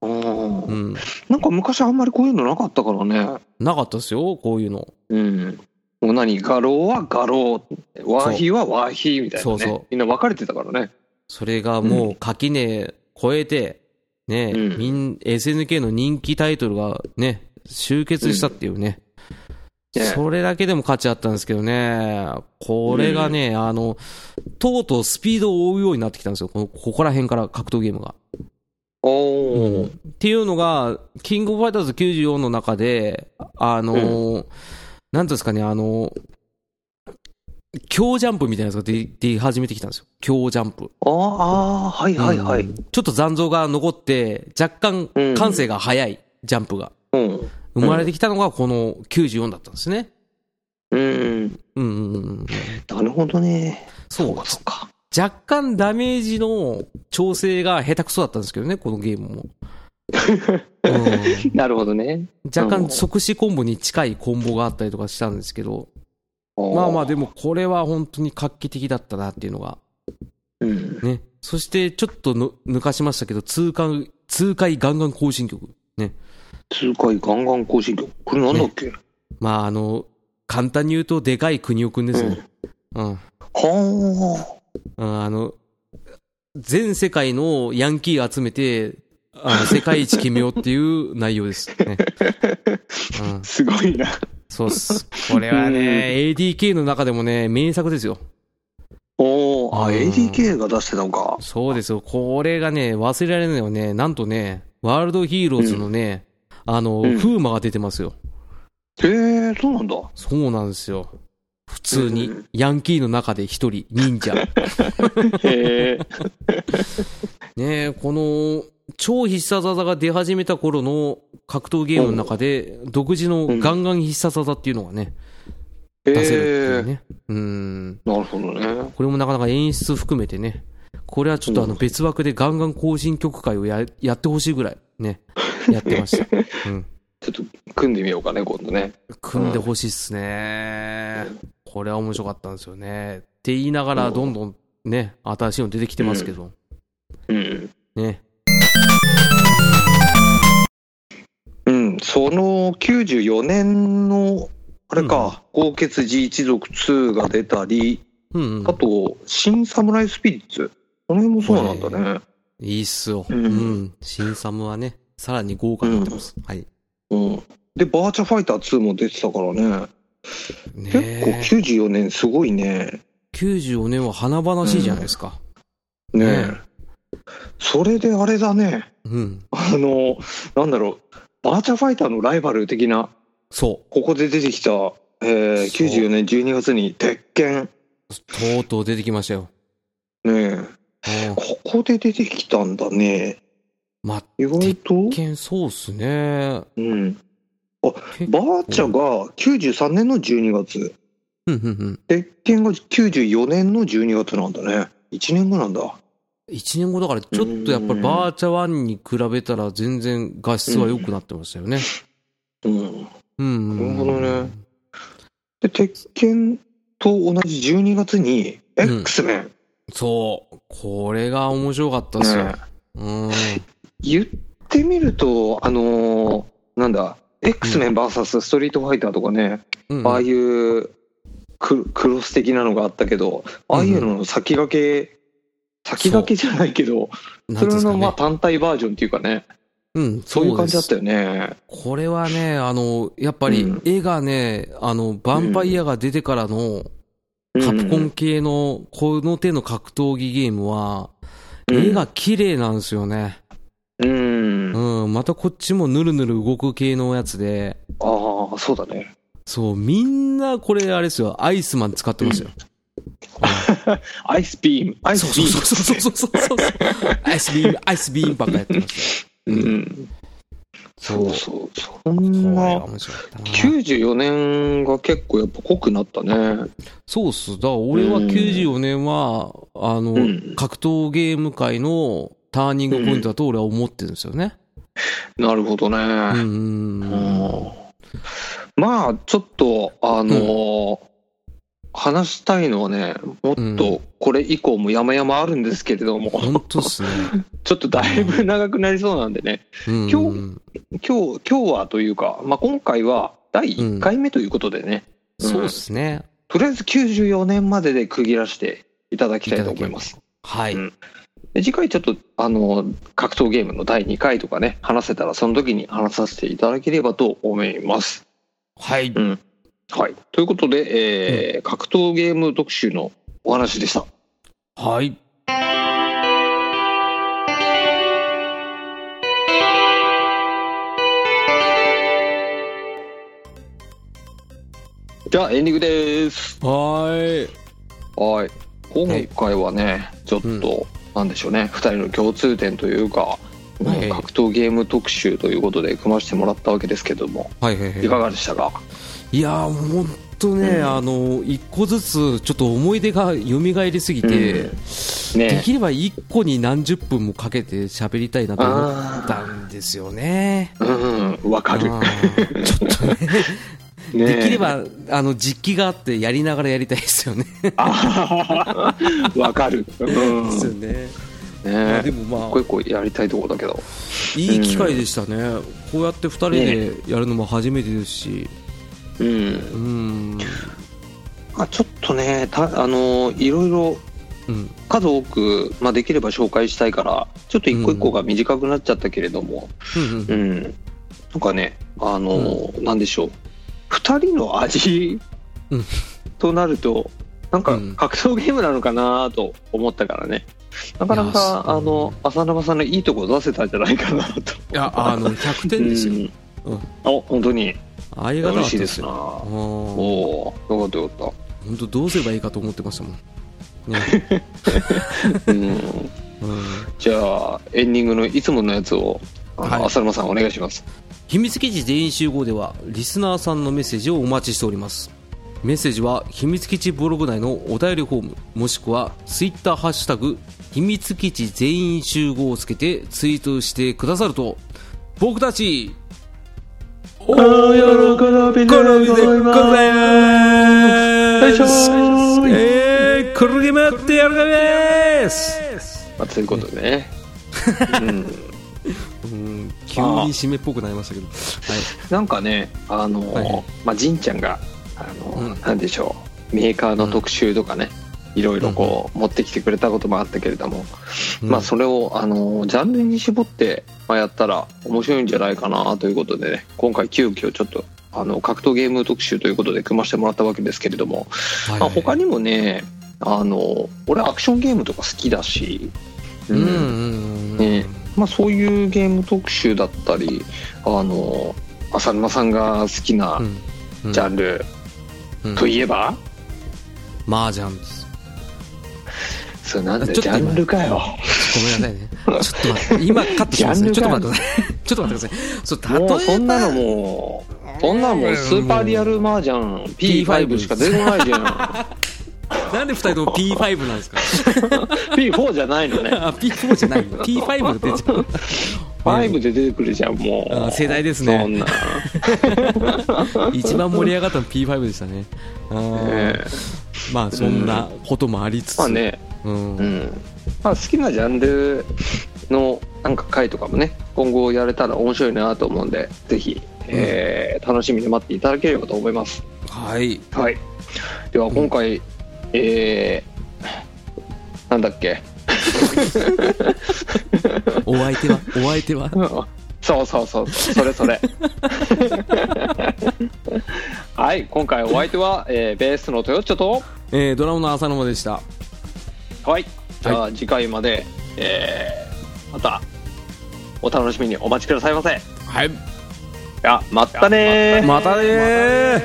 Speaker 1: うん
Speaker 2: うん。
Speaker 1: なんか昔あんまりこういうのなかったからね。
Speaker 2: なかったですよ、こういうの。
Speaker 1: うん。もう何画廊は画廊、ワーヒーはワーヒーみたいなね。
Speaker 2: そうそう
Speaker 1: みんな分かれてたからね。
Speaker 2: それがもう垣根超えて、ね、
Speaker 1: うん
Speaker 2: みん、SNK の人気タイトルがね、集結したっていうね。
Speaker 1: ね
Speaker 2: それだけでも価値あったんですけどね、これがね、あの、とうとうスピードを追うようになってきたんですよ、このここら辺から格闘ゲームが。
Speaker 1: お
Speaker 2: うんっ
Speaker 1: ー。
Speaker 2: ていうのが、キングオブファイターズ94の中で、あのーなんていうんですかね、あのー強ジャンプみたいなやつが出出始めてきたんですよ。強ジャンプ。
Speaker 1: あーあー、はいはいはい。
Speaker 2: うんちょっと残像が残って、若干
Speaker 1: うん
Speaker 2: 感性が早い、ジャンプが。
Speaker 1: うん。
Speaker 2: 生まれてきたのがこの94だったんですね。
Speaker 1: うん。
Speaker 2: うんうんうんうん。
Speaker 1: なるほどね。
Speaker 2: そう。
Speaker 1: そっか。
Speaker 2: 若干ダメージの調整が下手くそだったんですけどね、このゲーム も。うん
Speaker 1: なるほどね。
Speaker 2: 若干即死コンボに近いコンボがあったりとかしたんですけど、まあまあで
Speaker 1: も。
Speaker 2: もこれは本当に画期的だったなっていうのが、
Speaker 1: うん。
Speaker 2: ね。そしてちょっとぬ抜かしましたけど、痛感、痛快ガンガン更新曲。ね。
Speaker 1: 通過ガンガン更新曲。これなんだっけ、
Speaker 2: まああの、簡単に言うとでかい国尾くんですよね。うん。うん
Speaker 1: は
Speaker 2: あの、全世界のヤンキー集めて、あの世界一決めようっていう内容です。 ね。うん
Speaker 1: あ。。すごいな。
Speaker 2: そうっす。これはね、ADK の中でもね、名作ですよ。
Speaker 1: おー。あ、
Speaker 2: うん
Speaker 1: ADK が出してたのか。
Speaker 2: そうですよ。これがね、忘れられないのはね、なんとね、ワールドヒーローズのね、あの、
Speaker 1: うん
Speaker 2: 風魔が出てますよ。
Speaker 1: へえ、そうなんだ。
Speaker 2: そうなんですよ。普通に
Speaker 1: うん、
Speaker 2: ヤンキーの中で一人、忍者。ね
Speaker 1: へえ。
Speaker 2: えこの、超必殺技が出始めた頃の格闘ゲームの中で、独自のガンガン必殺技っていうのがね、出せるっていうね。うん。
Speaker 1: なるほどね。
Speaker 2: これもなかなか演出含めてね。これはちょっとあの別枠でガンガン更新曲会をややってほしいぐらいね。やってました。うん。
Speaker 1: ちょっと組んでみようかね、今度ね。
Speaker 2: 組んでほしいっすね。これは面白かったんですよね。って言いながらどんどんね、新しいの出てきてますけど。
Speaker 1: うん。
Speaker 2: ね。
Speaker 1: うん、その94年の、あれか、豪傑寺一族2が出たり、
Speaker 2: うん、うん
Speaker 1: あ。と、新サムライスピリッツ。この辺もそうなんだね。
Speaker 2: いいっすよ。う
Speaker 1: うん
Speaker 2: ん。新サムはね、さらに豪華になってます。はい。
Speaker 1: うん。で、バーチャファイター2も出てたからね。
Speaker 2: ね
Speaker 1: 結構
Speaker 2: え
Speaker 1: 94年すごいね。
Speaker 2: 94年は華々しいじゃないですか。
Speaker 1: ねえ
Speaker 2: ね
Speaker 1: それであれだね。
Speaker 2: うん。
Speaker 1: あの、なんだろう。バーチャファイターのライバル的な、
Speaker 2: そ
Speaker 1: ここで出てきた、えー、
Speaker 2: そう
Speaker 1: 94年12月に鉄拳。
Speaker 2: う。とうとう出てきましたよ。
Speaker 1: ねえ。
Speaker 2: うん
Speaker 1: ここで出てきたんだね。
Speaker 2: まあ、
Speaker 1: 意外と
Speaker 2: 一。見そうっすね。
Speaker 1: うん。バーチャが93年の12月、
Speaker 2: うんうんうん。
Speaker 1: 鉄拳が94年の12月なんだね。1年後なんだ。
Speaker 2: 1年後だから、ちょっとやっぱりバーチャワンに比べたら全然画質は良くなってましたよね。
Speaker 1: うん。
Speaker 2: うん、うん。
Speaker 1: なるほどね。で、鉄拳と同じ12月に、
Speaker 2: うん
Speaker 1: X メン。
Speaker 2: そう。これが面白かったっすよ。
Speaker 1: ね
Speaker 2: うん。
Speaker 1: 言ってみると、あのーなんだ、X メン VS ストリートファイターとかね、
Speaker 2: うん
Speaker 1: ああいうククロス的なのがあったけど、ああいうのの先駆け、先駆けじゃないけど、
Speaker 2: な
Speaker 1: そ
Speaker 2: んていう
Speaker 1: れ
Speaker 2: んですか
Speaker 1: の
Speaker 2: ね
Speaker 1: まあ単体バージョンっていうかね、
Speaker 2: うん、
Speaker 1: そういう感じだっ
Speaker 2: です
Speaker 1: たよね。
Speaker 2: これはね、あの、やっぱり
Speaker 1: うん
Speaker 2: 絵がね、あの、ヴァンパイアが出てからのカプコン系のこの手の格闘技ゲーム
Speaker 1: う
Speaker 2: は、
Speaker 1: ん
Speaker 2: 絵が綺麗なんですよね。
Speaker 1: うん。あ
Speaker 2: うん、またこっちもヌルヌル動く系のやつで、
Speaker 1: あ、そうだね。
Speaker 2: そう、みんなこれあれですよ、アイスマン使ってますよ。
Speaker 1: アイスビーム、アイ
Speaker 2: そう
Speaker 1: スビ
Speaker 2: そう
Speaker 1: ー
Speaker 2: そ
Speaker 1: ム
Speaker 2: う。そうそうそうそう。アイスビーム、アイスビームばっかやってます。
Speaker 1: う
Speaker 2: うん
Speaker 1: ん。そうそう。そ
Speaker 2: これ
Speaker 1: ん
Speaker 2: は
Speaker 1: な、
Speaker 2: 面白かったな。
Speaker 1: 94年が結構やっぱ濃くなったね。
Speaker 2: そうっす。だから俺は
Speaker 1: うん
Speaker 2: 94年は、あの、
Speaker 1: うん
Speaker 2: 格闘ゲーム界のターニングポイントだと俺は思ってるんですよね。
Speaker 1: なるほどね。
Speaker 2: うん。うん
Speaker 1: まあちょっとあのー話したいのはねもっとこれ以降も山々あるんですけれども、
Speaker 2: 本当っすね。
Speaker 1: ちょっとだいぶ長くなりそうなんでね
Speaker 2: うん、
Speaker 1: 今今日今日はというか、まあ、今回は第1回目ということでね、
Speaker 2: そうっすね。
Speaker 1: とりあえず94年までで区切らせていただきたいと思います
Speaker 2: はい。
Speaker 1: うんで次回ちょっとあのー格闘ゲームの第2回とかね話せたらその時に話させていただければと思います
Speaker 2: はい。
Speaker 1: はい。ということで、えー格闘ゲーム特集のお話でした。
Speaker 2: はい。
Speaker 1: じゃあ、エンディングです。
Speaker 2: はい。
Speaker 1: はい。今回はね、ちょっと、
Speaker 2: うん
Speaker 1: なんでしょうね、2人の共通点というか、
Speaker 2: はい
Speaker 1: 格闘ゲーム特集ということで組ませてもらったわけですけども、
Speaker 2: はいはいはい
Speaker 1: いかがでしたか、
Speaker 2: いやー、ほんとね、
Speaker 1: うん
Speaker 2: あの、一個ずつ、ちょっと思い出が蘇りすぎて、
Speaker 1: うん
Speaker 2: で
Speaker 1: ね
Speaker 2: きれば一個に何十分もかけて喋りたいなと思った
Speaker 1: あ
Speaker 2: んですよね。
Speaker 1: あ、うん、わかる。
Speaker 2: あ ーちょっとね、
Speaker 1: ね
Speaker 2: できれ。ば、あの、実機があって、やりながらやりたいですよね。
Speaker 1: あー わかる。うん。
Speaker 2: ですよ
Speaker 1: ね
Speaker 2: ね。まあで
Speaker 1: え。
Speaker 2: もま
Speaker 1: こ
Speaker 2: あ
Speaker 1: れ、こうやりたいところだけど。
Speaker 2: いい機会でしたね。こうやって二人でやるのも初めてですし、
Speaker 1: うん。
Speaker 2: うん、
Speaker 1: まあ、ちょっとね、たあのいろいろ
Speaker 2: うん、
Speaker 1: 数多く、まあ、できれば紹介したいからちょっと一個一個が短くなっちゃったけれども、
Speaker 2: うん
Speaker 1: う、んなんかねあの、なんでしょう2人の味
Speaker 2: うん
Speaker 1: となるとなんか
Speaker 2: うん
Speaker 1: 格闘ゲームなのかなと思ったからねなかない
Speaker 2: や
Speaker 1: か
Speaker 2: そう
Speaker 1: あの浅沼さんのいいとこ出せたんじゃないかなと。
Speaker 2: いや、あの、100点ですよ。
Speaker 1: うん
Speaker 2: うん
Speaker 1: お本当に
Speaker 2: ありがたか
Speaker 1: 嬉
Speaker 2: っ
Speaker 1: しい
Speaker 2: た
Speaker 1: で
Speaker 2: ですす
Speaker 1: な
Speaker 2: よ。あ
Speaker 1: お
Speaker 2: ー
Speaker 1: おーよかったよかっ
Speaker 2: 本当どうすればいいかと思ってましたもん。ね
Speaker 1: た、うん、
Speaker 2: うん、
Speaker 1: じゃあエンディングのいつものやつをあの
Speaker 2: はい
Speaker 1: 浅沼さんお願いします
Speaker 2: 秘密基地全員集合ではリスナーさんのメッセージをお待ちしておりますメッセージは秘密基地ブログ内のお便りフォームもしくはツイッターハッシュタグ秘密基地全員集合をつけてツイートしてくださると僕たちお
Speaker 3: 喜びで
Speaker 2: 好みでござい
Speaker 3: いますよい
Speaker 2: ます
Speaker 3: しょ
Speaker 2: えー、くるげまってやるがです
Speaker 1: まあ、ということで ね、うん、
Speaker 2: うん急に締めっぽくなりましたけどは
Speaker 1: なんかねあのー、
Speaker 2: はい
Speaker 1: まあじんちゃんがあのー、
Speaker 2: うん
Speaker 1: なんでしょうメーカーの特集とかね、いろいろこう持ってきてくれたこともあったけれども、
Speaker 2: い
Speaker 1: まあそれをあのージャンルに絞って、まあ、やったら面白いんじゃないかなということでね今回急遽ちょっとあの格闘ゲーム特集ということで組ませてもらったわけですけれども、
Speaker 2: はい
Speaker 1: まあ、他
Speaker 2: に
Speaker 1: にもねあの俺アクションゲームとか好きだし、
Speaker 2: うんうんうん
Speaker 1: ねまあ、そういうゲーム特集だったりあの浅沼さんが好きなジャンル
Speaker 2: うん
Speaker 1: といえば、
Speaker 2: マージャンです
Speaker 1: それなんだよ
Speaker 2: ちょっ
Speaker 1: ジ
Speaker 2: と今
Speaker 1: ャンルかよ
Speaker 2: ごめんなさ いねちょっと待って今カットしますねち
Speaker 1: ジ
Speaker 2: ょ
Speaker 1: ャ
Speaker 2: っと
Speaker 1: ンルが
Speaker 2: 待ってくださいちょっと待ってください そう例え
Speaker 1: も
Speaker 2: ば
Speaker 1: うそんなのもうそんなのもうスーパーリアルマージャン P5 しか出てないじゃ ん
Speaker 2: なんで二人とも P5 なんですか
Speaker 1: P4 じゃないのね
Speaker 2: あ P4 じゃないの P5 で出ちゃう
Speaker 1: 5で出てくるじゃんも
Speaker 2: あ
Speaker 1: う
Speaker 2: 世代ですね
Speaker 1: そんな、
Speaker 2: 一番盛り上がったの P5 でしたねあー
Speaker 1: ええ
Speaker 2: まあそんなこともありつつ
Speaker 1: まあね
Speaker 2: うん
Speaker 1: うんまあ、好きなジャンルのなんか回とかもね今後やれたら面白いなと思うんでぜひ、えー楽しみに待っていただければと思います、
Speaker 2: はい
Speaker 1: はい、では今回、えーなんだっけ
Speaker 2: お相手はお相手は
Speaker 1: そうそうそうそれそ れはい今回お相手は、えーベースの豊ヨッチョと
Speaker 2: えードラムの浅沼でした
Speaker 1: はいじゃあ次回まで、えーまたお楽しみにお待ちくださいませ
Speaker 2: はい
Speaker 1: いや、まったねー。
Speaker 2: またねー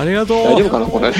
Speaker 2: ありがとう
Speaker 1: 大丈夫かな、これ。